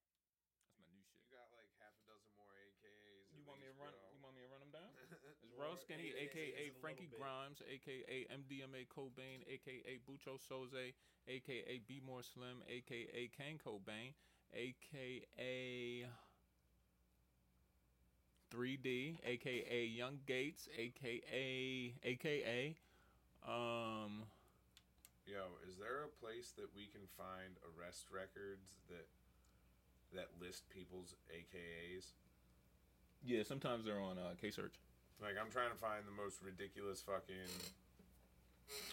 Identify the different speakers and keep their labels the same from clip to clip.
Speaker 1: Earl Skinny, aka Frankie Grimes, aka MDMA Cobain, aka Bucho Soze, aka B More Slim, aka Kane Cobain, aka 3D, aka Young Gates, aka aka um
Speaker 2: Yo, is there a place that we can find arrest records that that list people's AKAs?
Speaker 1: yeah, sometimes they're on uh, K Search.
Speaker 2: Like I'm trying to find the most ridiculous fucking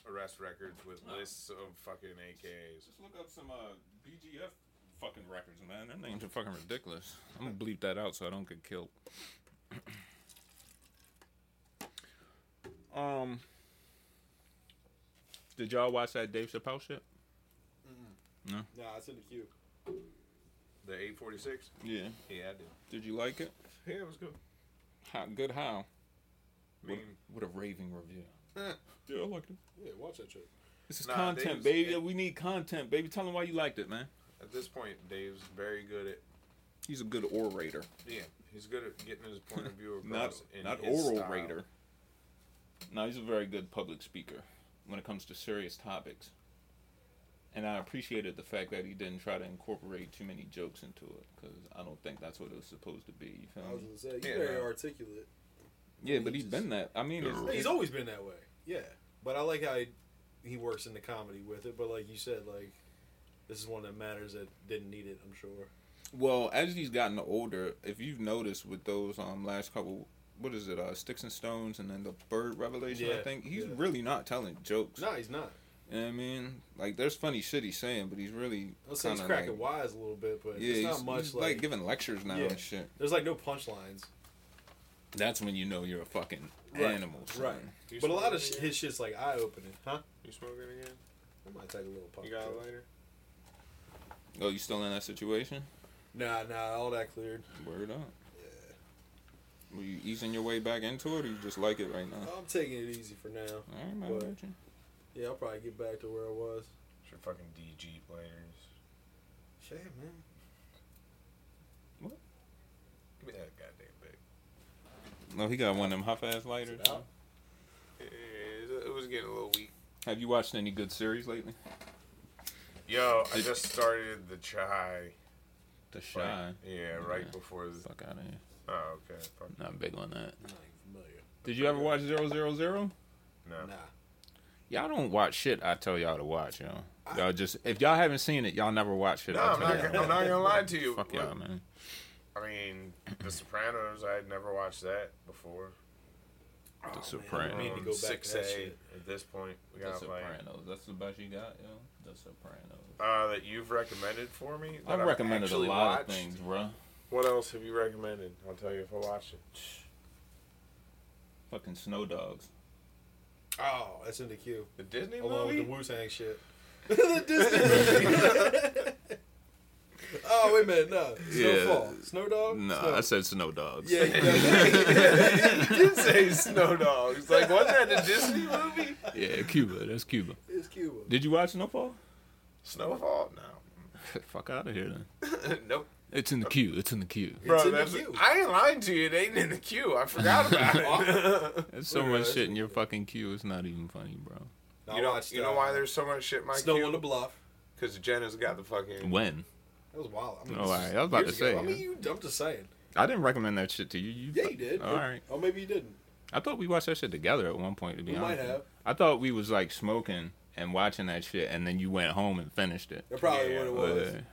Speaker 2: arrest records with lists of fucking AKAs.
Speaker 1: Just look up some uh, BGF fucking records, man. Their names are fucking ridiculous. I'm gonna bleep that out so I don't get killed. um, did y'all watch that Dave Chappelle shit?
Speaker 3: Nah, it's in the queue.
Speaker 2: The 846?
Speaker 1: Yeah.
Speaker 2: Yeah, I did.
Speaker 1: Did you like it?
Speaker 2: Yeah, it was good.
Speaker 1: How good? How?
Speaker 2: I mean,
Speaker 1: What a raving review.
Speaker 2: Eh.
Speaker 1: yeah, I liked it.
Speaker 3: Yeah, watch that shit.
Speaker 1: This is
Speaker 2: Nah,
Speaker 1: content,
Speaker 2: Dave's-
Speaker 1: baby.
Speaker 2: it-
Speaker 1: we need content, baby. Tell them why you liked it, man.
Speaker 2: at this point, Dave's very good at
Speaker 1: He's a good orator,
Speaker 2: yeah, he's good at getting his point of view
Speaker 1: not
Speaker 2: across. in
Speaker 1: not
Speaker 2: his
Speaker 1: oral
Speaker 2: style.
Speaker 1: rater. No, he's a very good public speaker when it comes to serious topics. And I appreciated the fact that he didn't try to incorporate too many jokes into it, because I don't think that's what it was supposed to be. You
Speaker 3: I
Speaker 1: feel
Speaker 3: was
Speaker 1: me?
Speaker 3: gonna say he's
Speaker 2: Yeah.
Speaker 3: very articulate.
Speaker 1: Yeah, but
Speaker 3: he
Speaker 1: he's
Speaker 3: just-
Speaker 1: been that. I mean, it's,
Speaker 3: He's
Speaker 1: it's-
Speaker 3: always been that way. Yeah, but I like how he, he works in the comedy with it. But like you said, like this is one that matters that didn't need it. I'm sure.
Speaker 1: Well, as he's gotten older, if you've noticed with those um last couple, what is it, uh, sticks and stones, and then the bird revelation, I
Speaker 3: Yeah,
Speaker 1: think he's
Speaker 3: yeah.
Speaker 1: really not telling jokes.
Speaker 3: No, he's not.
Speaker 1: You know what I mean, like there's funny shit he's saying, but he's really
Speaker 3: I'll say he's
Speaker 1: kinda
Speaker 3: cracking
Speaker 1: like-
Speaker 3: wise a little bit, but
Speaker 1: yeah,
Speaker 3: it's
Speaker 1: he's,
Speaker 3: not much
Speaker 1: he's, like,
Speaker 3: like,
Speaker 1: giving lectures now
Speaker 3: Yeah.
Speaker 1: and shit.
Speaker 3: there's like no punchlines.
Speaker 1: That's when you know you're a fucking
Speaker 3: Right,
Speaker 1: animal. son.
Speaker 3: right.
Speaker 2: You
Speaker 3: But a lot
Speaker 2: smoking
Speaker 3: of sh-
Speaker 2: again?
Speaker 3: his shit's like eye opening, huh?
Speaker 2: You smoking again?
Speaker 3: I might take a little pop.
Speaker 2: You got a
Speaker 3: too.
Speaker 2: lighter?
Speaker 1: Oh, you still in that situation?
Speaker 3: Nah, nah, all that cleared.
Speaker 1: Word up. Yeah. Were you easing your way back into it, or you just like it right now?
Speaker 3: I'm taking it easy for now.
Speaker 1: All right, man.
Speaker 3: But-
Speaker 1: I got you.
Speaker 3: Yeah, I'll probably get back to where I was.
Speaker 2: Should fucking DG lighters.
Speaker 3: Shit, man.
Speaker 2: Give me that goddamn bag.
Speaker 1: No, he got one of them huff ass lighters.
Speaker 3: It's out.
Speaker 2: Yeah, It was getting a little weak.
Speaker 1: Have you watched any good series lately?
Speaker 2: Yo, I just started the chai.
Speaker 1: The
Speaker 2: like-
Speaker 1: Shy.
Speaker 2: yeah, right
Speaker 1: Yeah.
Speaker 2: before the.
Speaker 1: Fuck out of here.
Speaker 2: Oh, okay. Fuck.
Speaker 1: Not big on that.
Speaker 3: I'm not even familiar.
Speaker 1: Did you ever watch Zero Zero Zero?
Speaker 2: No.
Speaker 3: Nah.
Speaker 1: Y'all don't watch shit. I tell y'all to watch, y'all. Y'all just if y'all haven't seen it, y'all never watch shit.
Speaker 2: No,
Speaker 1: I
Speaker 2: I'm
Speaker 1: tell
Speaker 2: not,
Speaker 1: y'all.
Speaker 2: gonna, I'm not gonna lie to you.
Speaker 1: Fuck y'all, man.
Speaker 2: I mean, The Sopranos, I had never watched that before.
Speaker 1: The
Speaker 3: I need
Speaker 1: Sopranos.
Speaker 3: to go back to that
Speaker 2: 6A
Speaker 3: shit.
Speaker 2: at this point. We
Speaker 1: The
Speaker 2: got like
Speaker 1: Sopranos. That's the best you got, yo. The Sopranos.
Speaker 2: uh, that you've recommended for me. that
Speaker 1: I've
Speaker 2: I've
Speaker 1: recommended a
Speaker 2: actually
Speaker 1: lot of
Speaker 2: watched.
Speaker 1: things, bruh.
Speaker 2: What else have you recommended? I'll tell you if I watched it.
Speaker 1: Fucking Snow Dogs.
Speaker 3: Oh, that's in the queue.
Speaker 2: The Disney
Speaker 3: Along with
Speaker 2: movie.
Speaker 3: the Wu Tang shit. the Disney movie. oh, wait a minute. No. Snowfall.
Speaker 1: Yeah.
Speaker 3: Snow Dog? Snow.
Speaker 1: said Snow Dogs.
Speaker 3: Yeah, you know,
Speaker 2: you did say Snow Dogs. Like, wasn't that the Disney movie?
Speaker 1: yeah, Cuba. That's Cuba.
Speaker 3: it's Cuba.
Speaker 1: Did you watch Snowfall?
Speaker 2: Snowfall? No.
Speaker 1: Fuck out of here, then.
Speaker 2: nope.
Speaker 1: It's in the queue. It's in the queue.
Speaker 3: It's
Speaker 2: Bro,
Speaker 3: in the
Speaker 2: that's,
Speaker 3: queue.
Speaker 2: I ain't lying to you. It ain't in the queue. I forgot about it.
Speaker 1: There's
Speaker 3: so
Speaker 1: so
Speaker 3: Look at much
Speaker 1: much
Speaker 3: that.
Speaker 1: shit
Speaker 3: shit
Speaker 1: in
Speaker 3: in
Speaker 1: your fucking queue. It's not even funny, bro.
Speaker 3: No, I
Speaker 2: you know,
Speaker 3: watched,
Speaker 2: you know
Speaker 3: uh,
Speaker 2: why there's so much shit in my
Speaker 3: Snow
Speaker 2: queue?
Speaker 3: on the Bluff.
Speaker 2: Because Jenna's got the fucking.
Speaker 1: When?
Speaker 3: That was wild. I mean,
Speaker 1: Oh,
Speaker 3: this
Speaker 1: all
Speaker 3: is
Speaker 1: right. I was about
Speaker 3: years
Speaker 1: to
Speaker 3: ago.
Speaker 1: say,
Speaker 3: I mean, you, I'm just saying.
Speaker 1: I didn't recommend that shit to you. you
Speaker 3: Yeah, you did.
Speaker 1: All right.
Speaker 3: Oh, maybe you didn't.
Speaker 1: I thought we watched that shit together at one point. To be
Speaker 3: We
Speaker 1: honest,
Speaker 3: might have.
Speaker 1: I thought we was like smoking and watching that shit, and then you went home and finished it.
Speaker 3: That's probably
Speaker 2: Yeah,
Speaker 3: what it was.
Speaker 1: But-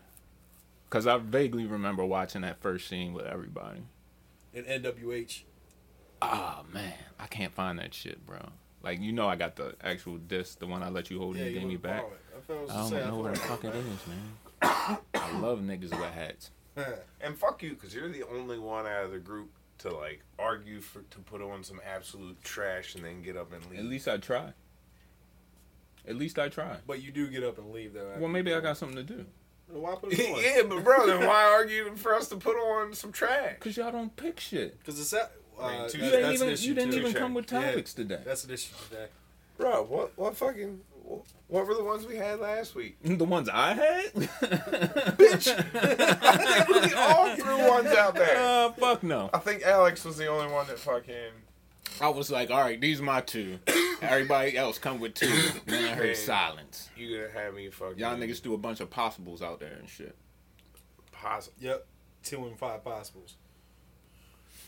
Speaker 1: Cause I vaguely remember watching that first scene with everybody.
Speaker 3: In NWH.
Speaker 1: Ah man, I can't find that shit, bro. Like you know, I got the actual disc, the one I let you hold and you gave me
Speaker 3: wouldn't
Speaker 1: back.
Speaker 3: borrow it. I, felt,
Speaker 1: I
Speaker 3: I, was
Speaker 1: don't know where the
Speaker 3: just saying,
Speaker 1: fuck it is, man. I love niggas with hats.
Speaker 3: I felt-
Speaker 2: And fuck you, because you're the only one out of the group to like argue for to put on some absolute trash and then get up and leave.
Speaker 1: At least I try. At least I try.
Speaker 3: But you do get up and leave, though. after
Speaker 1: Well, maybe
Speaker 3: you
Speaker 1: I
Speaker 3: go.
Speaker 1: got something to do.
Speaker 3: Then Why put it on?
Speaker 2: yeah, but bro, then why argue for us to put on some trash?
Speaker 1: Cause y'all don't pick shit.
Speaker 3: Because it's that. Uh,
Speaker 2: I mean, two-
Speaker 1: You
Speaker 3: that-
Speaker 1: didn't
Speaker 3: that's an
Speaker 1: even
Speaker 3: issue
Speaker 1: you didn't
Speaker 3: too.
Speaker 1: even
Speaker 2: Check.
Speaker 1: come with
Speaker 3: Yeah.
Speaker 1: topics today.
Speaker 3: That's an issue today.
Speaker 2: Bro, what what fucking what were the ones we had last week?
Speaker 1: the ones I had.
Speaker 2: I think we all threw ones out there.
Speaker 1: Uh, fuck no.
Speaker 2: I think Alex was the only one that fucking
Speaker 1: I was like, all right, these are my two. Everybody else come with two. Then I heard
Speaker 2: Man.
Speaker 1: silence.
Speaker 2: You gonna have me fucking
Speaker 1: Y'all niggas threw a bunch of possibles out there and shit.
Speaker 2: Pos-
Speaker 3: Yep. Two and five possibles.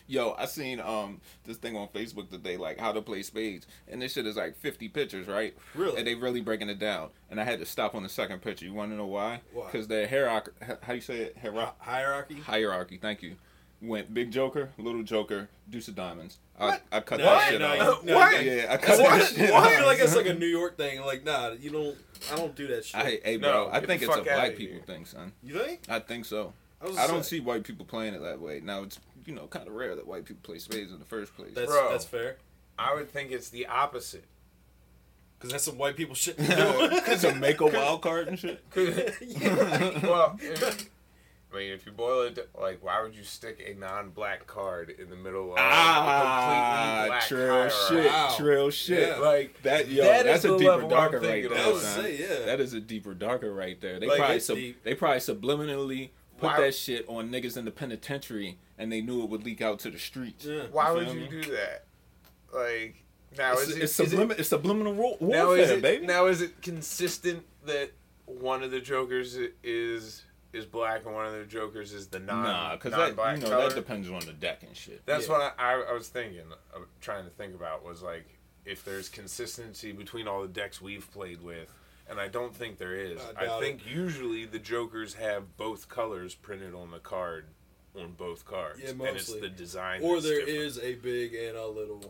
Speaker 1: Yo, I seen um this thing on Facebook today, like how to play spades, and this shit is like fifty pictures, right?
Speaker 3: Really?
Speaker 1: And they really breaking it down. And I had to stop on the second picture. You want to know why?
Speaker 3: Why?
Speaker 1: Because the hierarchy. How you say it? Hierarchy.
Speaker 3: Hi- hierarchy.
Speaker 1: hierarchy. Thank you. Went big joker, little joker, deuce of diamonds. I,
Speaker 2: What?
Speaker 1: I cut
Speaker 3: No,
Speaker 1: that shit
Speaker 3: no,
Speaker 1: out.
Speaker 3: no,
Speaker 2: What?
Speaker 3: no.
Speaker 1: Yeah, I cut
Speaker 3: That's
Speaker 1: that
Speaker 3: like-
Speaker 1: shit
Speaker 3: I
Speaker 1: out.
Speaker 3: feel like it's like a New York thing. Like, nah, you don't. I don't do that shit.
Speaker 1: I, hey,
Speaker 2: No,
Speaker 1: bro, I
Speaker 2: get
Speaker 1: think
Speaker 2: the
Speaker 1: it's a
Speaker 2: fuck outta
Speaker 1: black people
Speaker 2: here.
Speaker 1: thing, son.
Speaker 3: you think?
Speaker 1: I think so.
Speaker 3: was
Speaker 1: I don't
Speaker 3: saying-
Speaker 1: see white people playing it that way. Now it's you know kind of rare that white people play spades in the first place.
Speaker 3: That's
Speaker 2: Bro.
Speaker 3: that's fair.
Speaker 2: I would think it's the opposite.
Speaker 3: Because that's some white people shit. to do.
Speaker 1: it's a make a wild card and shit.
Speaker 2: 'Cause-
Speaker 3: Yeah.
Speaker 2: well, if- I mean, if you boil it, d- like, why would you stick a non-black card in the middle of a completely
Speaker 1: Ah,
Speaker 2: black
Speaker 1: trail
Speaker 2: hierarchy?
Speaker 1: shit,
Speaker 3: Wow.
Speaker 1: trail shit.
Speaker 3: Yeah.
Speaker 2: Like
Speaker 1: That yo,
Speaker 2: That is
Speaker 1: that's a
Speaker 2: the
Speaker 1: deeper
Speaker 2: level I'm
Speaker 1: darker right
Speaker 2: thinking
Speaker 1: there.
Speaker 2: of.
Speaker 3: I was
Speaker 1: son.
Speaker 3: say, yeah.
Speaker 1: That is a deeper darker right there. They
Speaker 2: Like,
Speaker 1: probably
Speaker 3: it's
Speaker 1: sub-
Speaker 3: deep.
Speaker 1: they probably subliminally put
Speaker 2: Why-
Speaker 1: that shit on niggas in the penitentiary, and they knew it would leak out to the streets.
Speaker 3: Yeah.
Speaker 2: why
Speaker 1: You
Speaker 2: would
Speaker 1: feel
Speaker 2: you
Speaker 1: me?
Speaker 2: do that? Like now
Speaker 1: It's,
Speaker 2: is it,
Speaker 1: it's,
Speaker 2: is it-
Speaker 1: sublimi- it's subliminal war- warfare,
Speaker 2: now is it
Speaker 1: baby.
Speaker 2: now is it consistent that one of the jokers i- is is black and one of the jokers is the non
Speaker 1: nah, because that
Speaker 2: non-black
Speaker 1: you know
Speaker 2: color?
Speaker 1: that depends on the deck and shit.
Speaker 2: That's
Speaker 3: Yeah.
Speaker 2: what I, I, I was thinking, uh, trying to think about was like if there's consistency between all the decks we've played with, and I don't think there is.
Speaker 3: I
Speaker 2: I,
Speaker 3: doubt
Speaker 2: think usually the jokers have both colors printed on the card, on both cards,
Speaker 3: Yeah,
Speaker 2: and it's
Speaker 3: mostly.
Speaker 2: the design.
Speaker 3: Or
Speaker 2: that's
Speaker 3: there
Speaker 2: different.
Speaker 3: is a big and a little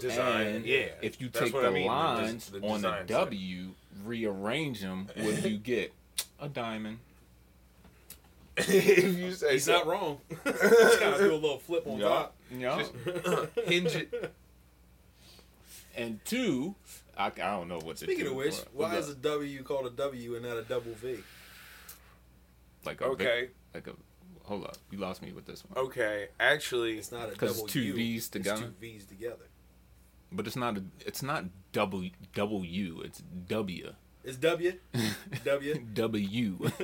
Speaker 2: Design,
Speaker 1: And
Speaker 2: yeah.
Speaker 1: if you
Speaker 2: That's
Speaker 1: take
Speaker 2: what
Speaker 1: the
Speaker 2: I mean, the des-
Speaker 1: lines
Speaker 2: the
Speaker 1: on the
Speaker 2: design side.
Speaker 1: W, rearrange them, what do you get? A diamond.
Speaker 2: if you say
Speaker 3: He's
Speaker 2: so.
Speaker 3: not wrong. Just gotta do a little flip on
Speaker 1: Yeah.
Speaker 3: top.
Speaker 1: Yeah.
Speaker 2: Hinge it.
Speaker 1: And two, I, I don't know what's
Speaker 3: Speaking
Speaker 1: a two
Speaker 3: of which,
Speaker 1: for.
Speaker 3: why
Speaker 1: Look,
Speaker 3: is a W called a W and not a double V?
Speaker 1: like a big-
Speaker 2: Okay,
Speaker 1: like a hold up, you lost me with this one.
Speaker 2: okay. Actually,
Speaker 3: It's not a
Speaker 1: 'Cause it's
Speaker 3: double
Speaker 1: two
Speaker 3: U.
Speaker 1: Vs together.
Speaker 3: It's two V's together.
Speaker 1: But it's not a, it's not double double U, it's W.
Speaker 3: It's W. W.
Speaker 1: W.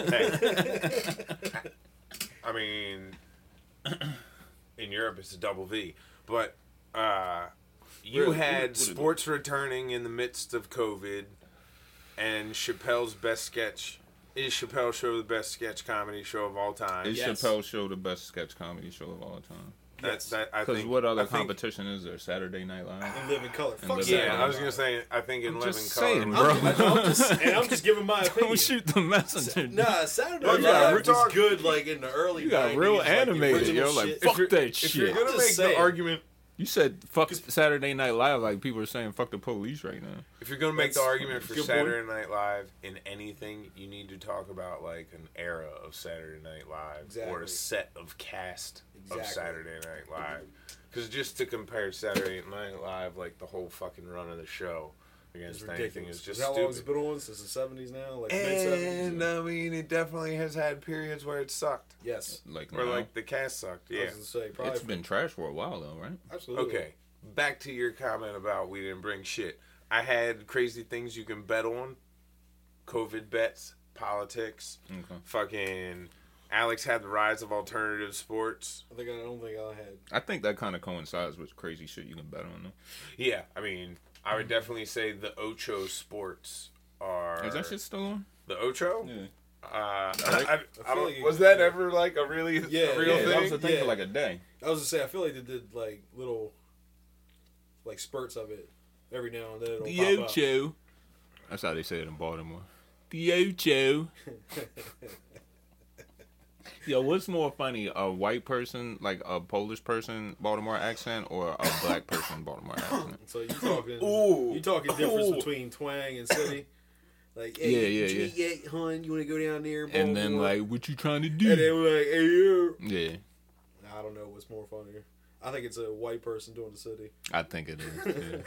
Speaker 2: I mean, in Europe it's a double V, but uh, you
Speaker 1: Really? What- what
Speaker 2: had
Speaker 1: is it?
Speaker 2: sports returning in the midst of COVID, and Chappelle's best sketch is Chappelle's show the best sketch comedy show of all time.
Speaker 1: Is
Speaker 3: Yes.
Speaker 1: Chappelle's show the best sketch comedy show of all time?
Speaker 2: That's
Speaker 3: Yes.
Speaker 2: that. I
Speaker 1: Because
Speaker 2: think.
Speaker 1: what other
Speaker 2: I think-
Speaker 1: competition is there? Saturday Night Live.
Speaker 3: And live in color.
Speaker 1: And
Speaker 3: Fuck
Speaker 1: live in
Speaker 2: Yeah,
Speaker 1: Sorry.
Speaker 2: I was gonna say. I think in
Speaker 1: I'm
Speaker 2: Living
Speaker 1: just
Speaker 2: Color.
Speaker 1: saying,
Speaker 3: I'm,
Speaker 1: bro.
Speaker 3: I know, I'm just, and I'm just giving my opinion.
Speaker 1: Don't shoot the messenger.
Speaker 3: Nah, Saturday
Speaker 2: Bro,
Speaker 3: Night
Speaker 2: you got
Speaker 3: Live
Speaker 2: real-
Speaker 3: was good like in the early.
Speaker 1: You got
Speaker 3: 90s,
Speaker 1: real
Speaker 3: like, the
Speaker 1: animated.
Speaker 3: original
Speaker 1: Yo, like
Speaker 3: shit.
Speaker 1: fuck
Speaker 2: you're-
Speaker 1: that
Speaker 2: If you're
Speaker 1: shit.
Speaker 2: gonna
Speaker 3: I'm
Speaker 2: make
Speaker 3: just
Speaker 2: the
Speaker 3: saying.
Speaker 2: argument,
Speaker 1: You said fuck Saturday Night Live like people are saying fuck the police right now.
Speaker 2: if you're gonna make the
Speaker 3: That's-
Speaker 2: argument for
Speaker 1: good point.
Speaker 2: Saturday Night Live in anything, you need to talk about like an era of Saturday Night Live or
Speaker 3: Exactly.
Speaker 2: a set of cast
Speaker 3: Exactly.
Speaker 2: of Saturday Night Live. Because just to compare Saturday Night Live, like the whole fucking run of the show
Speaker 3: It's
Speaker 2: against anything,
Speaker 3: ridiculous.
Speaker 2: is just
Speaker 3: How long has it
Speaker 2: stupid.
Speaker 3: been on since the seventies now? Like mid
Speaker 2: And
Speaker 1: uh,
Speaker 3: seventies.
Speaker 2: I mean, it definitely has had periods where it sucked,
Speaker 3: Yes.
Speaker 1: Like,
Speaker 2: where
Speaker 1: now.
Speaker 2: like the cast sucked.
Speaker 3: I
Speaker 2: Yeah.
Speaker 3: was gonna say probably.
Speaker 1: it's been trash for a while though, right?
Speaker 3: absolutely.
Speaker 2: Okay, back to your comment about we didn't bring shit. I had crazy things you can bet on: COVID bets, politics,
Speaker 1: Okay.
Speaker 2: fucking. Alex had the rise of alternative sports.
Speaker 3: I think I don't think I had.
Speaker 1: I think that kind of coincides with crazy shit you can bet on. Though.
Speaker 2: Yeah, I mean, I
Speaker 1: Mm-hmm.
Speaker 2: would definitely say the Ocho sports are
Speaker 1: Is that shit still on?
Speaker 2: the Ocho.
Speaker 1: Yeah.
Speaker 2: Uh, I, I, I
Speaker 3: feel
Speaker 2: don't-
Speaker 3: like you-
Speaker 2: was that ever like a really a
Speaker 3: Yeah,
Speaker 2: real
Speaker 1: yeah,
Speaker 2: thing?
Speaker 1: that was a thing
Speaker 3: Yeah.
Speaker 1: for like a day.
Speaker 3: I was gonna say I feel like they did like little, like spurts of it every now and then. It'll pop up.
Speaker 1: Ocho. That's how they say it in Baltimore. The Ocho. Yo, what's more funny, a white person, like a Polish person, Baltimore accent, or a black person, Baltimore accent?
Speaker 3: So you talking?
Speaker 2: Ooh.
Speaker 3: You talking difference
Speaker 2: Ooh.
Speaker 3: between twang and city? Like
Speaker 1: Yeah,
Speaker 3: hey,
Speaker 1: yeah,
Speaker 3: gee, yeah, hun, you want to go down there?
Speaker 1: And
Speaker 3: blah,
Speaker 1: then
Speaker 3: blah,
Speaker 1: like, what you trying to
Speaker 3: blah. and they
Speaker 1: do?
Speaker 3: were like, hey, you.
Speaker 1: Yeah,
Speaker 3: I don't know what's more funnier. I think it's a white person doing the city.
Speaker 1: I think it is. too.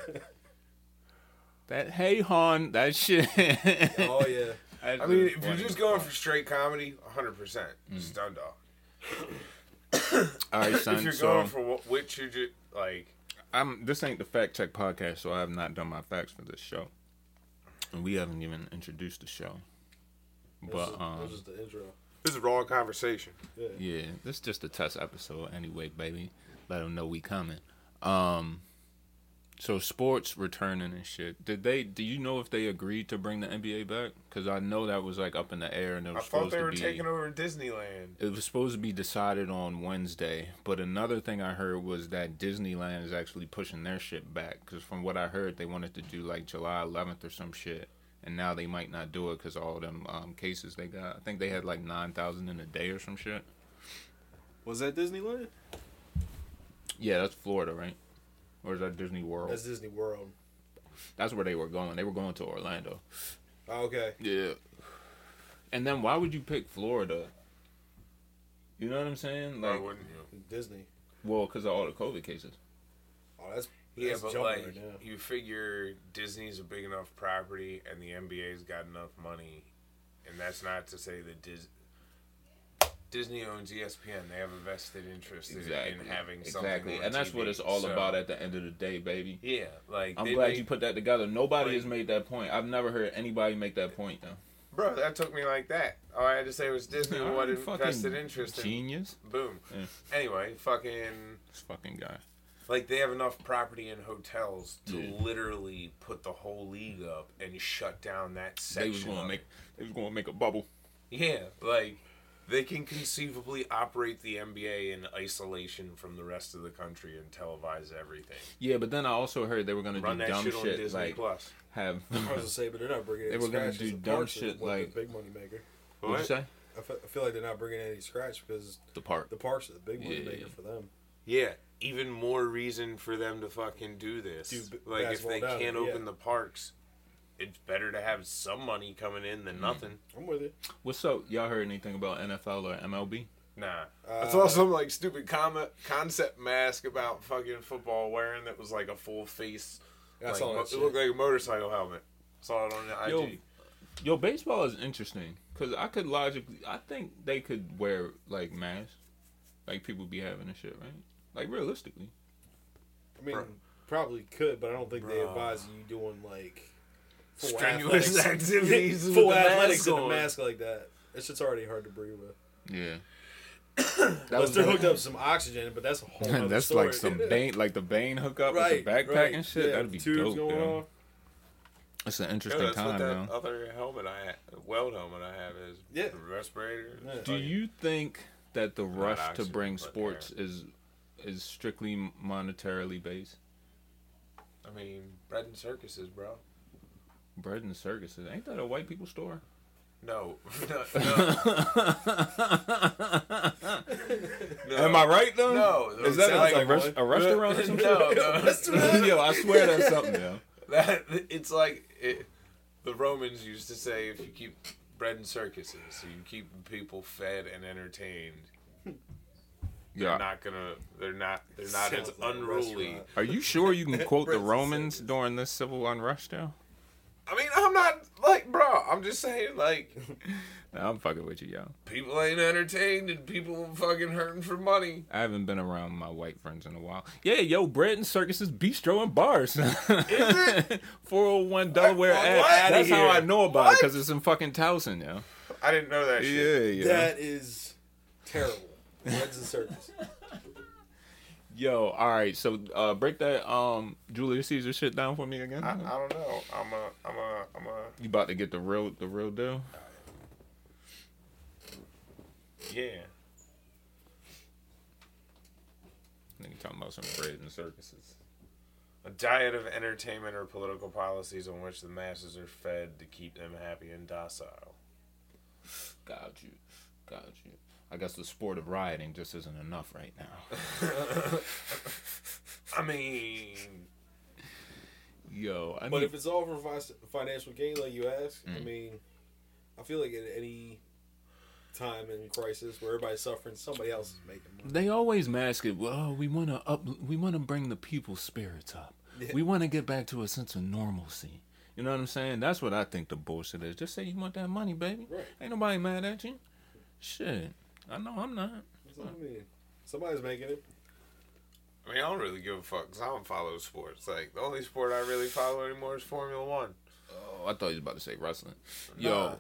Speaker 1: that hey hon, that shit.
Speaker 3: Oh yeah,
Speaker 2: I mean, if you're just going for straight comedy, 100 percent stun dog.
Speaker 1: Mm. all right, son.
Speaker 2: If you're
Speaker 1: so,
Speaker 2: going for what, which you just like,
Speaker 1: I'm this ain't the fact check podcast, so I have not done my facts for this show. And we haven't even introduced the show.
Speaker 3: That's
Speaker 1: But
Speaker 3: just-
Speaker 1: um
Speaker 3: that's just the intro.
Speaker 2: this is raw conversation.
Speaker 3: Yeah.
Speaker 1: yeah, this is just a test episode anyway, baby. Let them know we coming. Um So sports returning and shit. Did they? Do you know if they agreed to bring the NBA back? Because I know that was like up in the air and it
Speaker 2: I
Speaker 1: was
Speaker 2: thought
Speaker 1: supposed
Speaker 2: they
Speaker 1: to
Speaker 2: were
Speaker 1: be.
Speaker 2: taking over Disneyland.
Speaker 1: It was supposed to be decided on Wednesday, but another thing I heard was that Disneyland is actually pushing their shit back because from what I heard, they wanted to do like July 11th or some shit, and now they might not do it because all them um, cases they got. I think they had like 9,000 in a day or some shit.
Speaker 3: Was that Disneyland?
Speaker 1: Yeah, that's Florida, right? Or is that Disney World?
Speaker 3: That's
Speaker 1: That's,
Speaker 3: Disney World.
Speaker 1: where they were going. They were going to Orlando.
Speaker 3: Oh, okay.
Speaker 1: Yeah. And then why would you pick Florida? You know what I'm saying?
Speaker 2: Why
Speaker 1: Like,
Speaker 2: wouldn't you?
Speaker 3: Disney.
Speaker 1: well, because of all the COVID cases.
Speaker 3: Oh, that's
Speaker 2: Yeah,
Speaker 3: that's
Speaker 2: but
Speaker 3: jumping
Speaker 2: like
Speaker 3: right now.
Speaker 2: you figure Disney's a big enough property, and the NBA's got enough money, and that's not to say that Dis- Disney owns E ESPN. They have a vested interest in- in having something.
Speaker 1: exactly,
Speaker 2: on
Speaker 1: and that's what
Speaker 2: TV.
Speaker 1: it's all
Speaker 2: So,
Speaker 1: about at the end of the day, baby.
Speaker 2: Yeah, like
Speaker 1: I'm
Speaker 2: they
Speaker 1: glad
Speaker 2: make-
Speaker 1: you put that together. Nobody
Speaker 2: like-
Speaker 1: has made that point. I've never heard anybody make that point though.
Speaker 2: Bro, that took me like that. All I had to say was Disney
Speaker 1: Alright,
Speaker 2: wanted
Speaker 1: fucking
Speaker 2: vested interest in
Speaker 1: Genius,
Speaker 2: boom.
Speaker 1: Yeah.
Speaker 2: Anyway, fucking
Speaker 1: this fucking guy.
Speaker 2: like they have enough property and hotels to
Speaker 1: Yeah.
Speaker 2: literally put the whole league up and shut down that
Speaker 1: They
Speaker 2: section.
Speaker 1: was gonna
Speaker 2: of
Speaker 1: make. They was gonna make a bubble.
Speaker 2: it. Yeah, like they can conceivably operate the NBA in isolation from the rest of the country and televise everything.
Speaker 1: Yeah, but then I also heard they were gonna
Speaker 2: Run
Speaker 1: do
Speaker 2: that
Speaker 1: dumb
Speaker 2: shit
Speaker 1: shit,
Speaker 2: on Disney
Speaker 1: like
Speaker 2: Plus.
Speaker 1: have.
Speaker 3: I was gonna say, but they're not bringing.
Speaker 1: They
Speaker 3: any
Speaker 1: were gonna
Speaker 3: scratch
Speaker 1: do
Speaker 3: as a
Speaker 1: dumb
Speaker 3: park, so
Speaker 1: shit,
Speaker 3: it's one of the
Speaker 1: like-
Speaker 3: big money maker.
Speaker 1: What'd you say?
Speaker 3: I fe- I feel like they're not bringing any scratch because
Speaker 1: The park.
Speaker 3: the parks are the big money
Speaker 1: Yeah.
Speaker 3: maker for them.
Speaker 2: Yeah, even more reason for them to fucking do this.
Speaker 3: Do b-
Speaker 2: like if they
Speaker 3: basketball down,
Speaker 2: can't
Speaker 3: yeah.
Speaker 2: open the parks, it's better to have some money coming in
Speaker 1: Hmm.
Speaker 2: than nothing.
Speaker 3: I'm with it.
Speaker 1: What's up? Y'all heard anything about NFL or MLB?
Speaker 2: Nah, I
Speaker 3: Uh,
Speaker 2: saw some like stupid comment concept mask about fucking football wearing that was like a full face.
Speaker 3: I
Speaker 2: like,
Speaker 3: saw
Speaker 2: mo-
Speaker 3: that
Speaker 2: it
Speaker 3: shit.
Speaker 2: looked like a motorcycle helmet. Saw it on the IG.
Speaker 1: Yo, Yo, baseball is interesting because I could logically, I think they could wear like masks, like people be having and shit, right? Like realistically,
Speaker 3: I mean,
Speaker 2: Bro.
Speaker 3: probably could, but I don't think they
Speaker 2: Bro.
Speaker 3: advise you doing like full
Speaker 2: Strenuous
Speaker 3: athletics-
Speaker 2: activities with
Speaker 3: full
Speaker 2: the
Speaker 3: athletics
Speaker 2: mask
Speaker 3: in a
Speaker 2: on.
Speaker 3: mask like that. It's just already hard to breathe with.
Speaker 1: yeah. that
Speaker 3: Unless
Speaker 1: was
Speaker 3: they're hooked up to some oxygen, but that's a whole. Other
Speaker 1: That's
Speaker 3: story.
Speaker 1: like some Bane, like the Bane hookup with
Speaker 3: right?
Speaker 1: the backpack
Speaker 3: right.
Speaker 1: and shit.
Speaker 3: Yeah,
Speaker 1: That'd be dope,
Speaker 3: tubes going
Speaker 1: yo.
Speaker 3: on.
Speaker 1: It's an
Speaker 2: Yo,
Speaker 1: interesting
Speaker 2: that's
Speaker 1: time,
Speaker 2: what that
Speaker 1: though.
Speaker 2: other helmet I ha- weld helmet I have is.
Speaker 3: Yeah.
Speaker 2: the respirator.
Speaker 3: Yeah.
Speaker 1: Do you think that the rush to
Speaker 2: oxygen,
Speaker 1: bring
Speaker 2: but
Speaker 1: sports is is strictly monetarily based?
Speaker 2: I mean, bread and circuses, bro.
Speaker 1: Bread and circuses, ain't that a white people store?
Speaker 2: No, no, no. no.
Speaker 1: Am I right though?
Speaker 2: No,
Speaker 1: is that
Speaker 2: it
Speaker 1: a,
Speaker 2: sounds
Speaker 1: like a,
Speaker 2: like
Speaker 1: rest- a restaurant or something?
Speaker 2: No, no.
Speaker 1: Yo, I swear that's something. Yo.
Speaker 2: That it's like it, the Romans used to say: if you keep bread and circuses, so you keep people fed and entertained. They're
Speaker 1: Yeah.
Speaker 2: not gonna. They're not. They're not
Speaker 3: Sounds
Speaker 2: as
Speaker 3: like a
Speaker 2: unruly.
Speaker 3: restaurant.
Speaker 1: Are you sure you can quote the
Speaker 3: Breads and
Speaker 1: Romans
Speaker 3: circuses.
Speaker 1: during this civil unrest, though?
Speaker 2: I mean, I'm not like, bro. I'm just saying, like,
Speaker 1: Nah, I'm fucking with you, yo.
Speaker 2: people ain't entertained and people fucking hurting for money.
Speaker 1: I haven't been around my white friends in a while. Yeah, yo, bread and circuses, bistro and bars.
Speaker 2: it?
Speaker 1: 401 Delaware
Speaker 2: Like,
Speaker 1: Ave.
Speaker 2: what?
Speaker 1: That's how I
Speaker 2: Outta
Speaker 1: know about it
Speaker 2: What?
Speaker 1: because it's in fucking Towson, yo.
Speaker 2: I didn't know that shit.
Speaker 1: yeah.
Speaker 3: That is terrible. Reds and circus.
Speaker 1: Yo, all right. So uh, break that um Julius Caesar shit down for me again.
Speaker 2: I, I don't know. I'm a. I'm a. I'm a.
Speaker 1: you about to get the real the real deal?
Speaker 2: Yeah.
Speaker 1: Nigga talking about some bread and circuses.
Speaker 2: A diet of entertainment or political policies on which the masses are fed to keep them happy and docile.
Speaker 1: Got you. Got you. I guess the sport of rioting just isn't enough right now.
Speaker 2: I mean,
Speaker 1: Yo, I
Speaker 3: But
Speaker 1: mean, Mm.
Speaker 3: if it's all for fi- financial gain, like you ask, I mean, I feel like at any time in crisis where everybody's suffering, somebody else is making money.
Speaker 1: they always mask it. Well, we want to up, we want to bring the people's spirits up.
Speaker 3: Yeah.
Speaker 1: We want to get back to a sense of normalcy. You know what I'm saying? That's what I think the bullshit is. Just say you want that money, baby.
Speaker 3: Right.
Speaker 1: Ain't nobody mad at you. Shit, I know I'm not.
Speaker 3: That's what I mean. Somebody's making it.
Speaker 2: I mean, I don't really give a fuck 'cause I don't follow sports. Like the only sport I really follow anymore is Formula One.
Speaker 1: Oh, I thought you was about to say wrestling. Yo,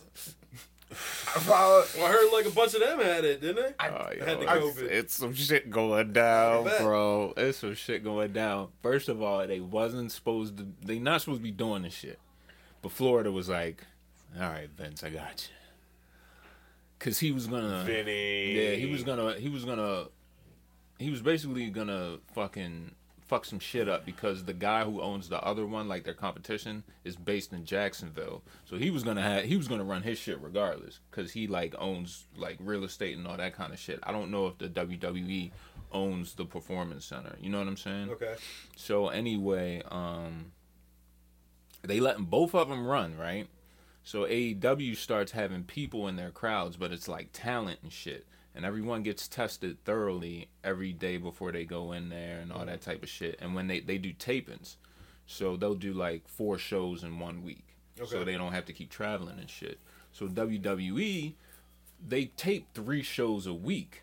Speaker 2: I follow.
Speaker 3: Well, I heard like a bunch of them had it, didn't they?
Speaker 2: I-
Speaker 1: Oh, yo,
Speaker 3: had the
Speaker 1: it's,
Speaker 3: COVID.
Speaker 1: it's some shit going down,
Speaker 3: I bet.
Speaker 1: bro. It's some shit going down. First of all, they wasn't supposed to. They not supposed to be doing this shit. But Florida was like, "All right, Vince, I got you," because he was gonna.
Speaker 2: Vinny.
Speaker 1: Yeah, he was gonna. He was gonna. He was basically gonna fucking fuck some shit up because the guy who owns the other one, like their competition, is based in Jacksonville. So he was gonna have. He was gonna run his shit regardless because he like owns like real estate and all that kind of shit. I don't know if the WWE owns the performance center. You know what I'm saying?
Speaker 3: Okay.
Speaker 1: So anyway, um, they letting both of them run, right? So AEW starts having people in their crowds, but it's like talent and shit, and everyone gets tested thoroughly every day before they go in there and all that type of shit. And when they they do tapings, so they'll do like four shows in one week, so
Speaker 3: Okay.
Speaker 1: they don't have to keep traveling and shit. So WWE, they tape three shows a week,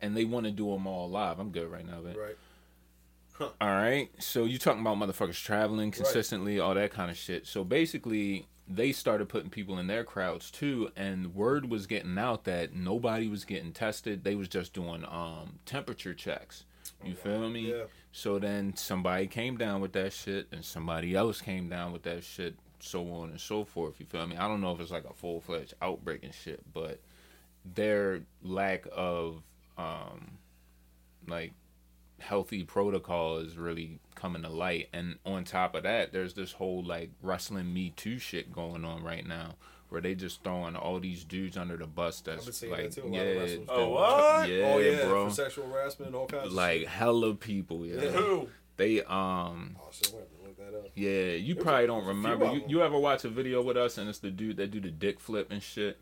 Speaker 1: and they want to do them all live. I'm good right now, but
Speaker 3: Right.
Speaker 1: all right. So you talking about motherfuckers traveling consistently, all that kind of shit. So basically, they started putting people in their crowds too, and word was getting out that nobody was getting tested. They was just doing um temperature checks. You feel me?
Speaker 3: Yeah.
Speaker 1: So then somebody came down with that shit, and somebody else came down with that shit, so on and so forth. You feel me? I don't know if it's like a full fledged outbreak and shit, but their lack of um like healthy protocol is really coming to light and on top of that there's this whole like wrestling me too shit going on right now where they just throwing all these dudes under the bus that's
Speaker 3: been seeing that
Speaker 1: like
Speaker 3: too. A lot
Speaker 1: yeah,
Speaker 3: of wrestlers
Speaker 2: Oh,
Speaker 3: doing
Speaker 2: what?
Speaker 1: yeah
Speaker 3: oh yeah,
Speaker 1: bro
Speaker 3: for sexual harassment and all kinds. Of
Speaker 1: like hella people yeah.
Speaker 3: Yeah.
Speaker 2: Who?
Speaker 1: they um
Speaker 3: shit. oh shit, we have to look that up.
Speaker 1: yeah you
Speaker 3: There's
Speaker 1: probably
Speaker 3: a-
Speaker 1: don't
Speaker 3: there's a few
Speaker 1: remember
Speaker 3: of
Speaker 1: you,
Speaker 3: them.
Speaker 1: you ever watch a video with us and it's the dude that do the dick flip and shit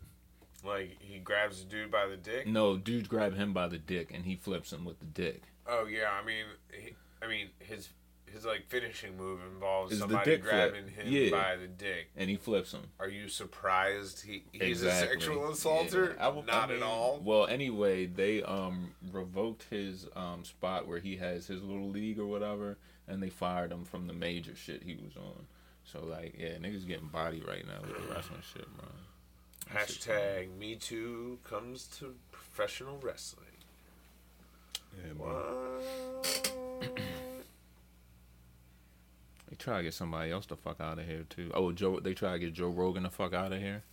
Speaker 2: Like he grabs the dude by the dick.
Speaker 1: no dude grab him by the dick and he flips him with the dick
Speaker 2: Oh yeah, I mean, he, I mean his his like finishing move involves
Speaker 1: Is the
Speaker 2: somebody
Speaker 1: dick flip.
Speaker 2: grabbing him
Speaker 1: Yeah.
Speaker 2: by the dick.
Speaker 1: and he flips him
Speaker 2: Are you surprised he he's
Speaker 1: Exactly.
Speaker 2: a sexual assaulter?
Speaker 1: Yeah. I w- I
Speaker 2: Not
Speaker 1: mean,
Speaker 2: at all.
Speaker 1: Well, anyway, they um revoked his um spot where he has his little league or whatever, and they fired him from the major shit he was on. So like, yeah, niggas getting body right now with the wrestling shit, bro.
Speaker 2: Hashtag Me Too comes to professional wrestling.
Speaker 1: Yeah,
Speaker 2: What?
Speaker 1: They try to get somebody else the fuck out of here too. Oh, Joe, they try to get Joe Rogan the fuck out of here.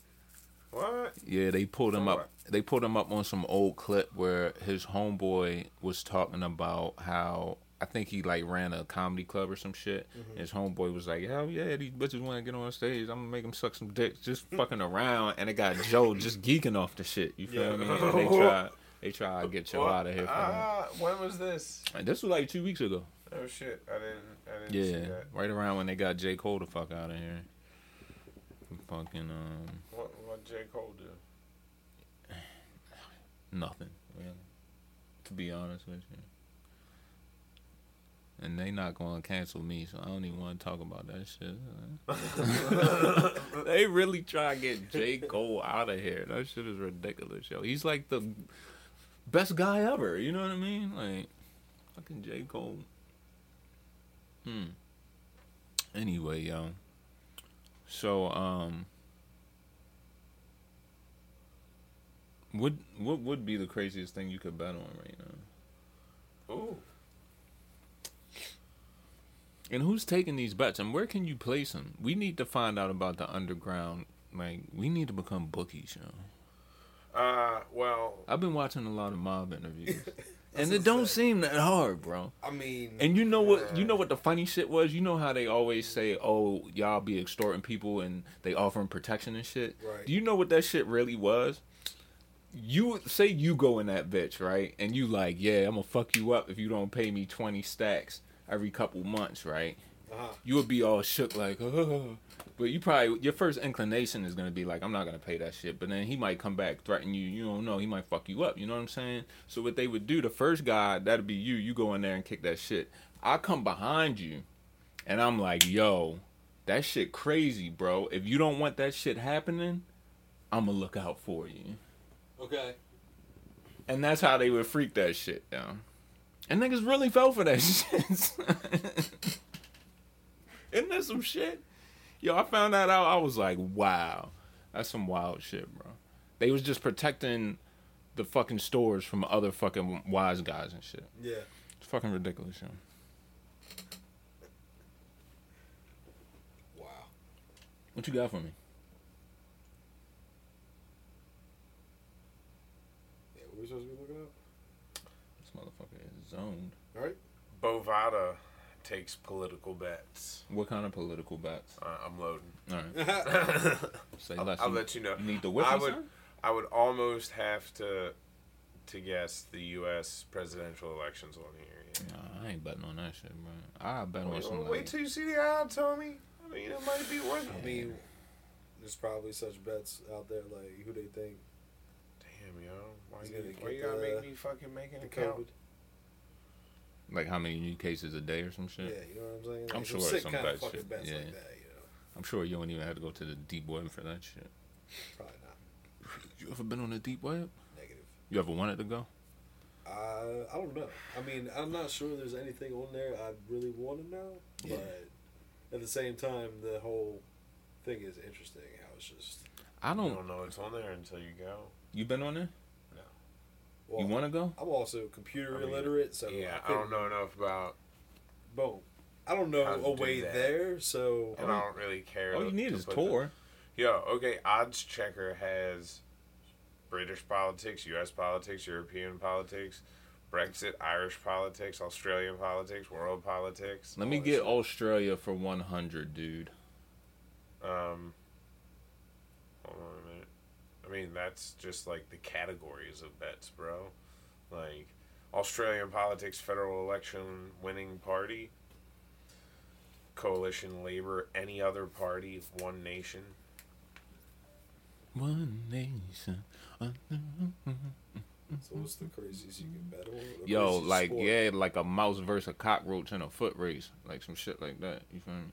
Speaker 2: what?
Speaker 1: Yeah, they pulled him
Speaker 2: For
Speaker 1: up.
Speaker 2: what?
Speaker 1: They pulled him up on some old clip where his homeboy was talking about how I think he like ran a comedy club or some shit. And His homeboy was like, "Hell yeah, these bitches want to get on stage. I'm gonna make them suck some dicks, just fucking around." And it got Joe just geeking off the shit. You feel
Speaker 3: Yeah.
Speaker 1: me? And they try, they try to get Joe
Speaker 2: What?
Speaker 1: out of here. For him.
Speaker 2: Ah, when was this?
Speaker 1: And this was like two weeks ago.
Speaker 2: Oh shit! I didn't. I didn't
Speaker 1: Yeah,
Speaker 2: see that.
Speaker 1: right around when they got J Cole the fuck out of here. Fucking um,
Speaker 2: What what J Cole do?
Speaker 1: Nothing, really. To be honest with you. And they not gonna cancel me, so I don't even want to talk about that shit. they really try to get J. Cole out of here. That shit is ridiculous, yo. He's like the best guy ever. You know what I mean? Like fucking J. Cole. Hmm. Anyway, yo. So, um, what what would be the craziest thing you could bet on right now?
Speaker 2: Ooh.
Speaker 1: And who's taking these bets and where can you place them? We need to find out about the underground. Like, we need to become bookies, you know.
Speaker 2: Uh, well,
Speaker 1: I've been watching a lot of mob interviews. and it don't seem that hard, bro.
Speaker 3: I mean,
Speaker 1: And you know what you know what the funny shit was? You know how they always say, "Oh, y'all be extorting people and they offering protection and shit."
Speaker 3: Right.
Speaker 1: Do you know what that shit really was? You say you go in that bitch, right? And you like, "Yeah, I'm gonna fuck you up if you don't pay me 20 stacks every couple months, right?"
Speaker 3: uh-huh.
Speaker 1: you would be all shook like, oh. But you probably your first inclination is gonna be like, I'm not gonna pay that shit. But then he might come back, threaten you. You don't know. He might fuck you up. You know what I'm saying? So what they would do, the first guy, that'd be you. You go in there and kick that shit. I come behind you, and I'm like, yo, that shit crazy, bro. If you don't want that shit happening, I'ma look out for you.
Speaker 3: okay.
Speaker 1: And that's how they would freak that shit down. And niggas really fell for that shit. Isn't that some shit? Yo, I found that out. I was like, wow. That's some wild shit, bro. They was just protecting the fucking stores from other fucking wise guys and shit.
Speaker 3: Yeah.
Speaker 1: It's fucking ridiculous, yo.
Speaker 3: Wow.
Speaker 1: What you got for me?
Speaker 3: Yeah, what are we supposed to be looking up?
Speaker 1: This motherfucker is zoned.
Speaker 3: All right.
Speaker 2: Bovada takes political bets.
Speaker 1: What kind of political bets?
Speaker 2: Uh, I'm loading.
Speaker 1: All right, say
Speaker 2: I'll,
Speaker 1: less.
Speaker 2: I'll let you know.
Speaker 1: need the whip
Speaker 2: I
Speaker 1: me,
Speaker 2: would,
Speaker 1: son?
Speaker 2: I would almost have to, to guess the U.S. presidential elections on here. yeah.
Speaker 1: Nah, I ain't betting on that shit, bro. I bet on
Speaker 2: Wait,
Speaker 1: some.
Speaker 2: wait till you see the ad, Tommy. I mean, it might be worth
Speaker 3: I
Speaker 2: it.
Speaker 3: mean, there's probably such bets out there, like who they think
Speaker 2: Damn, yo. Why
Speaker 3: He's
Speaker 2: you,
Speaker 3: gonna
Speaker 2: why
Speaker 3: get
Speaker 2: you gotta
Speaker 3: the-
Speaker 2: make me fucking make an
Speaker 3: the
Speaker 2: account?
Speaker 3: COVID.
Speaker 1: like how many new cases a day or some
Speaker 3: Yeah,
Speaker 1: shit?
Speaker 3: you know what I'm saying. Like,
Speaker 1: I'm sure
Speaker 3: some sick
Speaker 1: some
Speaker 3: kind
Speaker 1: bad
Speaker 3: of fucking
Speaker 1: shit,
Speaker 3: bets
Speaker 1: yeah.
Speaker 3: like that. You know,
Speaker 1: I'm sure you don't even have to go to the deep web for that shit.
Speaker 3: probably not
Speaker 1: You ever been on the deep web?
Speaker 3: negative.
Speaker 1: You ever wanted to go?
Speaker 3: Uh, I don't know. I mean, I'm not sure there's anything on there I really want to know,
Speaker 1: Yeah.
Speaker 3: but at the same time, the whole thing is interesting. How it's just
Speaker 1: I
Speaker 2: You
Speaker 1: don't.
Speaker 2: don't know it's on there until you go.
Speaker 1: You been on there?
Speaker 3: well,
Speaker 1: you want to go?
Speaker 3: I'm also computer
Speaker 2: I mean,
Speaker 3: illiterate, so
Speaker 2: yeah, I don't
Speaker 3: couldn't-
Speaker 2: know enough about,
Speaker 3: Boom. I don't know
Speaker 2: How to
Speaker 3: a
Speaker 2: do
Speaker 3: way
Speaker 2: that.
Speaker 3: there, so
Speaker 2: and I don't really care.
Speaker 1: All
Speaker 2: to-
Speaker 1: you need
Speaker 2: to
Speaker 1: is
Speaker 2: put
Speaker 1: Tor.
Speaker 2: the- Yo, okay, Odds Checker has British politics, U.S. politics, European politics, Brexit, Irish politics, Australian politics, world politics.
Speaker 1: Let me
Speaker 2: all that
Speaker 1: get
Speaker 2: shit.
Speaker 1: Australia for 100, dude.
Speaker 2: Um, hold on a minute. I mean, that's just like the categories of bets, bro. Like Australian politics, federal election winning party, coalition Labour, any other party, one nation.
Speaker 1: One nation.
Speaker 3: uh, so what's the craziest you can bet on? The
Speaker 1: Yo,
Speaker 3: craziest
Speaker 1: like
Speaker 3: sport?
Speaker 1: yeah, like a mouse versus a cockroach in a foot race, like some shit like that. You feel me?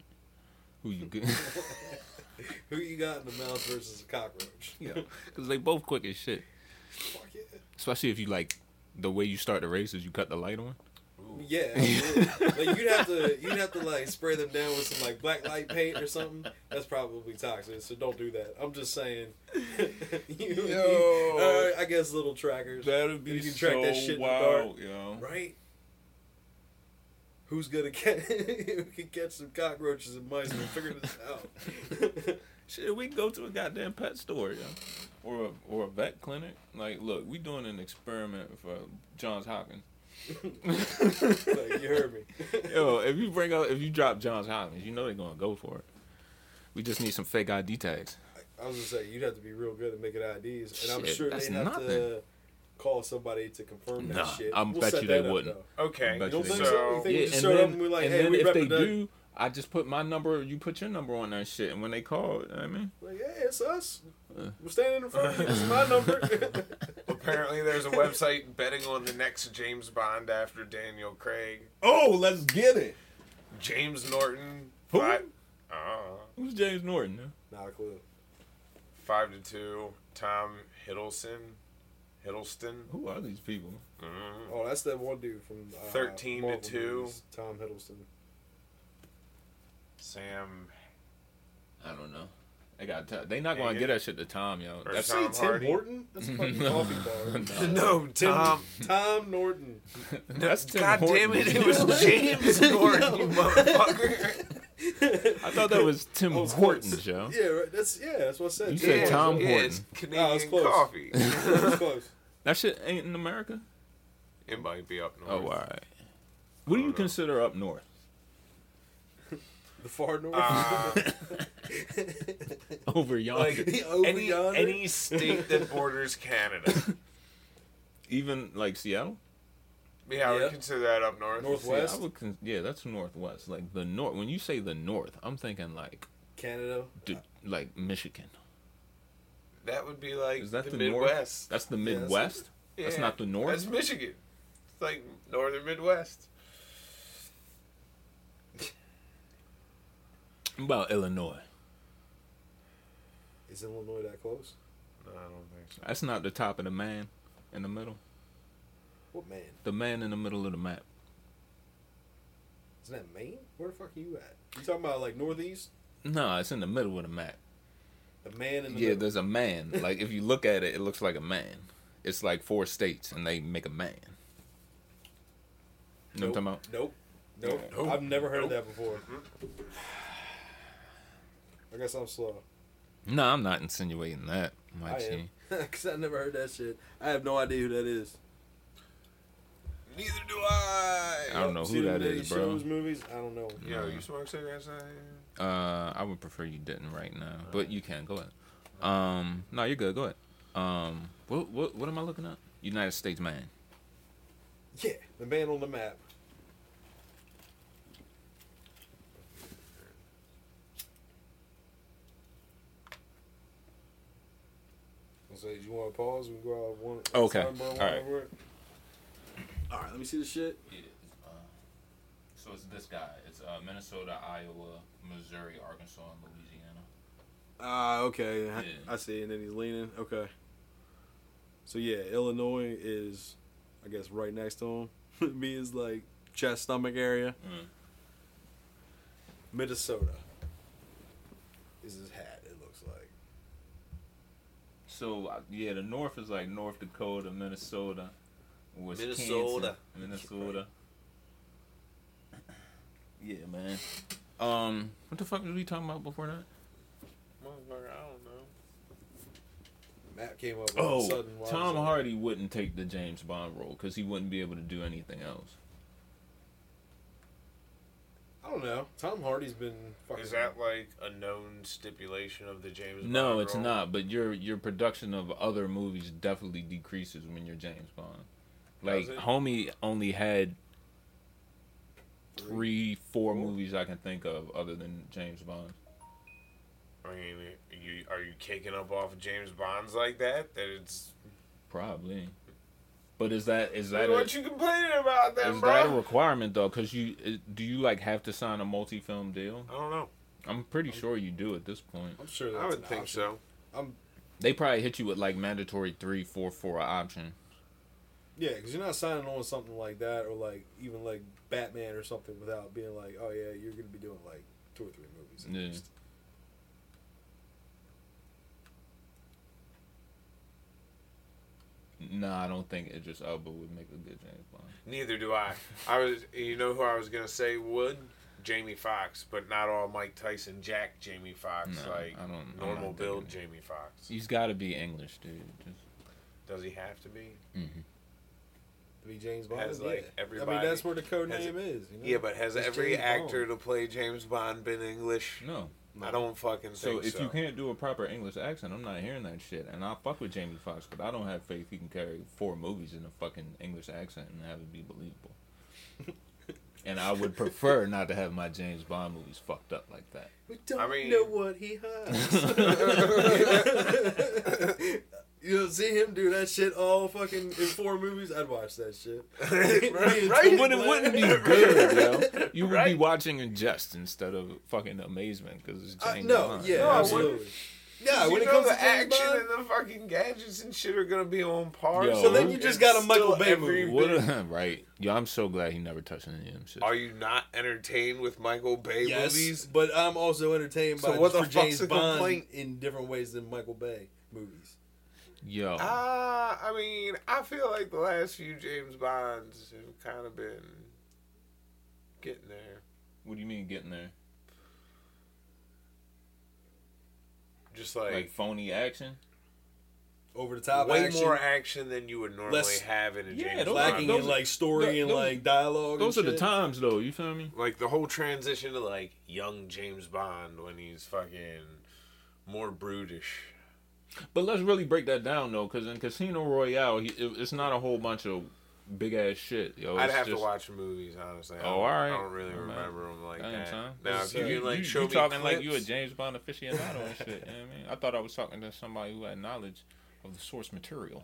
Speaker 1: Who you get?
Speaker 3: Who you got in the mouse versus a cockroach?
Speaker 1: yeah, because they both quick as shit.
Speaker 3: Fuck yeah.
Speaker 1: Especially if you like the way you start the race is you cut the light on.
Speaker 3: Yeah, absolutely. like you'd have to you'd have to like spray them down with some like black light paint or something. That's probably toxic, so don't do that. I'm just saying. you,
Speaker 1: Yo.
Speaker 3: uh, I guess little trackers,
Speaker 1: That'd
Speaker 3: be You can track that so shit in the dark.
Speaker 1: yo.
Speaker 3: right? Who's gonna catch? who can catch some cockroaches and mice and figure this out?
Speaker 1: Shit, we can go to a goddamn pet store, yo, or a, or a vet clinic. Like, look, we doing an experiment for Johns Hopkins.
Speaker 3: like, you heard me.
Speaker 1: Yo, if you bring up if you drop Johns Hopkins, you know they're gonna go for it. We just need some fake ID tags.
Speaker 3: I was gonna say you'd have to be real good at making IDs, and I'm
Speaker 1: Shit,
Speaker 3: sure
Speaker 1: that's
Speaker 3: they have to
Speaker 1: nothing.
Speaker 3: call somebody to confirm that
Speaker 1: Nah,
Speaker 3: shit.
Speaker 1: I'm bet
Speaker 3: set
Speaker 1: you they
Speaker 3: that up,
Speaker 1: wouldn't.
Speaker 3: though.
Speaker 2: Okay,
Speaker 1: Bet
Speaker 3: You don't
Speaker 1: they
Speaker 3: think
Speaker 1: would.
Speaker 3: so?
Speaker 2: so
Speaker 3: You think you
Speaker 1: Yeah,
Speaker 3: just
Speaker 1: and
Speaker 3: showed up
Speaker 1: then,
Speaker 3: and we like,
Speaker 1: and
Speaker 3: hey,
Speaker 1: then
Speaker 3: we
Speaker 1: if they
Speaker 3: repping that.
Speaker 1: do, I just put my number. You put your number on that shit, and when they call, you know what I mean,
Speaker 3: Like, yeah, it's us.
Speaker 1: Uh.
Speaker 3: We're standing in front of you. This is my number.
Speaker 2: apparently there's a website betting on the next James Bond after Daniel Craig,
Speaker 1: oh, let's get it.
Speaker 2: James Norton.
Speaker 1: Who?
Speaker 2: Five, uh,
Speaker 1: Who's James Norton? Huh?
Speaker 3: Not a clue.
Speaker 2: five to two. Tom Hiddleston. Hiddleston.
Speaker 1: Who are these people?
Speaker 2: Mm.
Speaker 3: Oh, that's that one dude from uh,
Speaker 2: 13 to
Speaker 3: Marvel
Speaker 2: two.
Speaker 3: movies, Tom Hiddleston.
Speaker 2: Sam
Speaker 1: I don't know. They got. To, they not
Speaker 2: Yeah,
Speaker 1: gonna
Speaker 2: yeah.
Speaker 1: get that shit to Tom, yo.
Speaker 2: Or
Speaker 1: That's
Speaker 2: Tom
Speaker 3: Say Tim
Speaker 2: Hardy.
Speaker 3: Horton? That's a fucking coffee bar.
Speaker 2: No, Tom.
Speaker 3: Tom Norton.
Speaker 1: that's Tim
Speaker 2: God damn
Speaker 1: Horton.
Speaker 2: it! It was James Norton, you motherfucker.
Speaker 1: I thought that was Tim
Speaker 3: Oh, it's
Speaker 1: Horton,
Speaker 3: close.
Speaker 1: yo.
Speaker 3: Yeah, right. that's yeah, that's what I said.
Speaker 1: You said
Speaker 2: yeah,
Speaker 1: Tom
Speaker 2: yeah,
Speaker 1: Horton.
Speaker 2: It's
Speaker 3: Nah, it's
Speaker 2: Canadian
Speaker 3: close.
Speaker 2: coffee.
Speaker 3: That's close.
Speaker 1: That shit ain't in America.
Speaker 2: it might be up north.
Speaker 1: Oh, all right. What do you
Speaker 2: don't know.
Speaker 1: consider up north?
Speaker 3: The far north.
Speaker 1: Ah.
Speaker 2: Uh,
Speaker 1: Over yonder,
Speaker 2: like
Speaker 3: Over
Speaker 2: any
Speaker 3: yonder?
Speaker 2: any state that borders Canada.
Speaker 1: even like Seattle.
Speaker 2: Yeah, I
Speaker 3: Yeah.
Speaker 2: would consider that up north.
Speaker 1: See,
Speaker 3: Northwest.
Speaker 1: I would con- yeah, that's northwest. Like the north. When you say the north, I'm thinking like
Speaker 3: Canada.
Speaker 1: d- like Michigan.
Speaker 2: That would be like
Speaker 1: Is that
Speaker 2: the,
Speaker 1: the north?
Speaker 2: Midwest.
Speaker 1: That's the
Speaker 3: that's-
Speaker 1: Midwest. that's
Speaker 2: Yeah.
Speaker 1: not the north?
Speaker 2: That's Michigan. It's like northern Midwest.
Speaker 1: What about Illinois.
Speaker 3: Is Illinois that close?
Speaker 2: No, I don't think so.
Speaker 1: That's not the top of the man in the middle.
Speaker 3: What man?
Speaker 1: The man in the middle of the map.
Speaker 3: Isn't that Maine? Where the fuck are you at? You talking about like northeast?
Speaker 1: No, it's in the middle of the map.
Speaker 3: The man in the
Speaker 1: yeah,
Speaker 3: middle.
Speaker 1: there's a man. Like if you look at it, it looks like a man. It's like four states, and they make a man. You know
Speaker 3: nope.
Speaker 1: what I'm talking about?
Speaker 3: Nope. Nope.
Speaker 2: Nope.
Speaker 3: I've never heard
Speaker 2: Nope. Mm-hmm.
Speaker 3: that before. I guess I'm slow.
Speaker 1: No, I'm not insinuating that. My
Speaker 3: I
Speaker 1: G.
Speaker 3: am. Because I never heard that shit. I have no idea who that is.
Speaker 2: Neither do I.
Speaker 1: I don't know
Speaker 3: See
Speaker 1: who that
Speaker 3: them in
Speaker 1: is,
Speaker 3: these
Speaker 1: bro.
Speaker 3: Shows, movies. I don't know.
Speaker 2: Yo,
Speaker 1: Nah.
Speaker 2: you smoke cigarettes? out here?
Speaker 1: Uh, I would prefer you didn't right now, but you can go ahead. Um, no, you're good. Go ahead. Um, what what what am I looking at? United States man.
Speaker 3: Yeah, the man on the map. So you want to pause? We can go out one.
Speaker 1: Okay.
Speaker 3: time, bro, one
Speaker 1: All right.
Speaker 3: over? All right. Let me see the shit.
Speaker 1: Yeah. uh, so it's this guy. It's uh, Minnesota, Iowa, Missouri, Arkansas, and Louisiana.
Speaker 3: Ah, okay. I-
Speaker 1: Yeah.
Speaker 3: I see. And then he's leaning. Okay. So yeah, Illinois is, I guess, right next to him. Me is like chest, stomach area.
Speaker 1: Mm.
Speaker 3: Minnesota is his hat. It looks like.
Speaker 1: So uh, yeah, the North is like North Dakota, Minnesota, Wisconsin,
Speaker 2: Minnesota.
Speaker 1: Minnesota. Yeah, man. Um, what the fuck were we talking about before that?
Speaker 2: Motherfucker, I don't know.
Speaker 3: Map came up. all of a
Speaker 1: Oh,
Speaker 3: sudden,
Speaker 1: Tom Hardy wouldn't take the James Bond role because he wouldn't be able to do anything else.
Speaker 3: I don't know. Tom Hardy's been fucking.
Speaker 2: Is that like a known stipulation of the James?
Speaker 1: No,
Speaker 2: Bond
Speaker 1: it's
Speaker 2: role?
Speaker 1: not. But your your production of other movies definitely decreases when you're James Bond. Like
Speaker 2: Does it?
Speaker 1: homie only had three, four
Speaker 3: Four?
Speaker 1: movies I can think of other than James Bond.
Speaker 2: I mean, you are you kicking up off of James Bonds like that? That it's
Speaker 1: Probably. But is that is that a,
Speaker 2: what
Speaker 1: is
Speaker 2: you complaining about, then,
Speaker 1: that a
Speaker 2: bro?
Speaker 1: requirement though? Because you it- do you like have to sign a multi film deal?
Speaker 2: I don't know.
Speaker 1: I'm pretty sure you do at this point.
Speaker 3: I'm sure. That's
Speaker 2: I
Speaker 3: an
Speaker 2: would think
Speaker 3: option.
Speaker 2: so.
Speaker 1: They probably hit you with like mandatory three, four, four option.
Speaker 3: Yeah, because you're not signing on something like that, or like even like Batman or something, without being like, oh yeah, you're gonna be doing like two or three movies. at
Speaker 1: Yeah.
Speaker 3: least.
Speaker 1: No, I don't think Idris Elba would make a good James Bond.
Speaker 2: Neither do I. I was, you know, who I was gonna say would Jamie Foxx, but not all Mike Tyson, Jack Jamie Foxx,
Speaker 1: No,
Speaker 2: like
Speaker 1: I don't- I'm not
Speaker 2: normal build
Speaker 1: thinking.
Speaker 2: Jamie Foxx.
Speaker 1: He's got to be English, dude. Just,
Speaker 2: Does he have to be?
Speaker 3: To be James Bond.
Speaker 2: Has, like,
Speaker 3: yeah. I mean,
Speaker 2: everybody-
Speaker 3: that's where the code
Speaker 2: has-
Speaker 3: name is. You know?
Speaker 2: Yeah, but has
Speaker 3: It's
Speaker 2: every
Speaker 3: James
Speaker 2: actor
Speaker 3: Bond.
Speaker 2: to play James Bond been English?
Speaker 1: no.
Speaker 2: I don't fucking think
Speaker 1: So
Speaker 2: so.
Speaker 1: if you can't do a proper English accent, I'm not hearing that shit. And I fuck with Jamie Foxx, but I don't have faith he can carry four movies in a fucking English accent and have it be believable. and I would prefer not to have my James Bond movies fucked up like that.
Speaker 3: We don't
Speaker 2: I mean-
Speaker 3: know what he hides. you don't see him do that shit all fucking in four movies. I'd watch that shit.
Speaker 2: Right,
Speaker 1: It
Speaker 2: right?
Speaker 1: wouldn't,
Speaker 3: What?
Speaker 1: wouldn't be good, yo. You would be
Speaker 2: Right.
Speaker 1: watching in jest instead of fucking amazement because it's
Speaker 3: Uh,
Speaker 1: James
Speaker 3: no,
Speaker 1: Bond.
Speaker 3: yeah,
Speaker 2: No, I wouldn't.
Speaker 3: absolutely. Yeah,
Speaker 2: You
Speaker 3: when it
Speaker 2: know
Speaker 3: comes
Speaker 2: the
Speaker 3: to James
Speaker 2: action
Speaker 3: Bond,
Speaker 2: and the fucking gadgets and shit are gonna be on par.
Speaker 1: Yo.
Speaker 3: So then you just got a
Speaker 2: It's
Speaker 3: Michael
Speaker 2: still
Speaker 3: Bay
Speaker 2: every
Speaker 3: movie.
Speaker 1: What
Speaker 2: bit-
Speaker 1: a, right? Yo, I'm so glad he never touched any of them shit.
Speaker 2: Are you not entertained with Michael Bay
Speaker 3: yes,
Speaker 2: movies?
Speaker 3: but I'm also entertained
Speaker 2: So
Speaker 3: by
Speaker 2: what the
Speaker 3: for James
Speaker 2: fuck's the
Speaker 3: Bond
Speaker 2: complaint?
Speaker 3: in different ways than Michael Bay movies.
Speaker 1: Yo,
Speaker 2: Uh, I mean, I feel like the last few James Bonds have kind of been getting there.
Speaker 1: what do you mean getting there?
Speaker 2: Just
Speaker 1: Like
Speaker 2: like,
Speaker 1: phony action?
Speaker 3: Over the top
Speaker 2: way
Speaker 3: action,
Speaker 2: more action than you would normally
Speaker 3: Less-
Speaker 2: have in a
Speaker 1: Yeah,
Speaker 2: James
Speaker 1: those are-
Speaker 2: Bond.
Speaker 3: lacking
Speaker 1: those
Speaker 3: in
Speaker 1: are-
Speaker 3: like story
Speaker 1: th-
Speaker 3: and
Speaker 1: those-
Speaker 3: like dialogue.
Speaker 1: Those are
Speaker 3: and
Speaker 1: the
Speaker 3: shit.
Speaker 1: times, though. You feel me?
Speaker 2: Like the whole transition to like young James Bond when he's fucking more brutish.
Speaker 1: But let's really break that down, though, because in Casino Royale, he, it, it's not a whole bunch of big ass shit. Yo,
Speaker 2: I'd
Speaker 1: It's
Speaker 2: have
Speaker 1: just-
Speaker 2: to watch the movies, honestly. I
Speaker 1: Oh,
Speaker 2: don't-
Speaker 1: alright.
Speaker 2: I don't really
Speaker 1: Alright.
Speaker 2: remember them like
Speaker 1: Damn,
Speaker 2: that.
Speaker 1: son.
Speaker 2: Now, if you
Speaker 3: So
Speaker 2: can like
Speaker 1: you,
Speaker 2: show
Speaker 1: you
Speaker 2: me
Speaker 1: talking like you a
Speaker 2: clips-
Speaker 1: James Bond aficionado and shit. You know what I mean, I thought I was talking to somebody who had knowledge of the source material.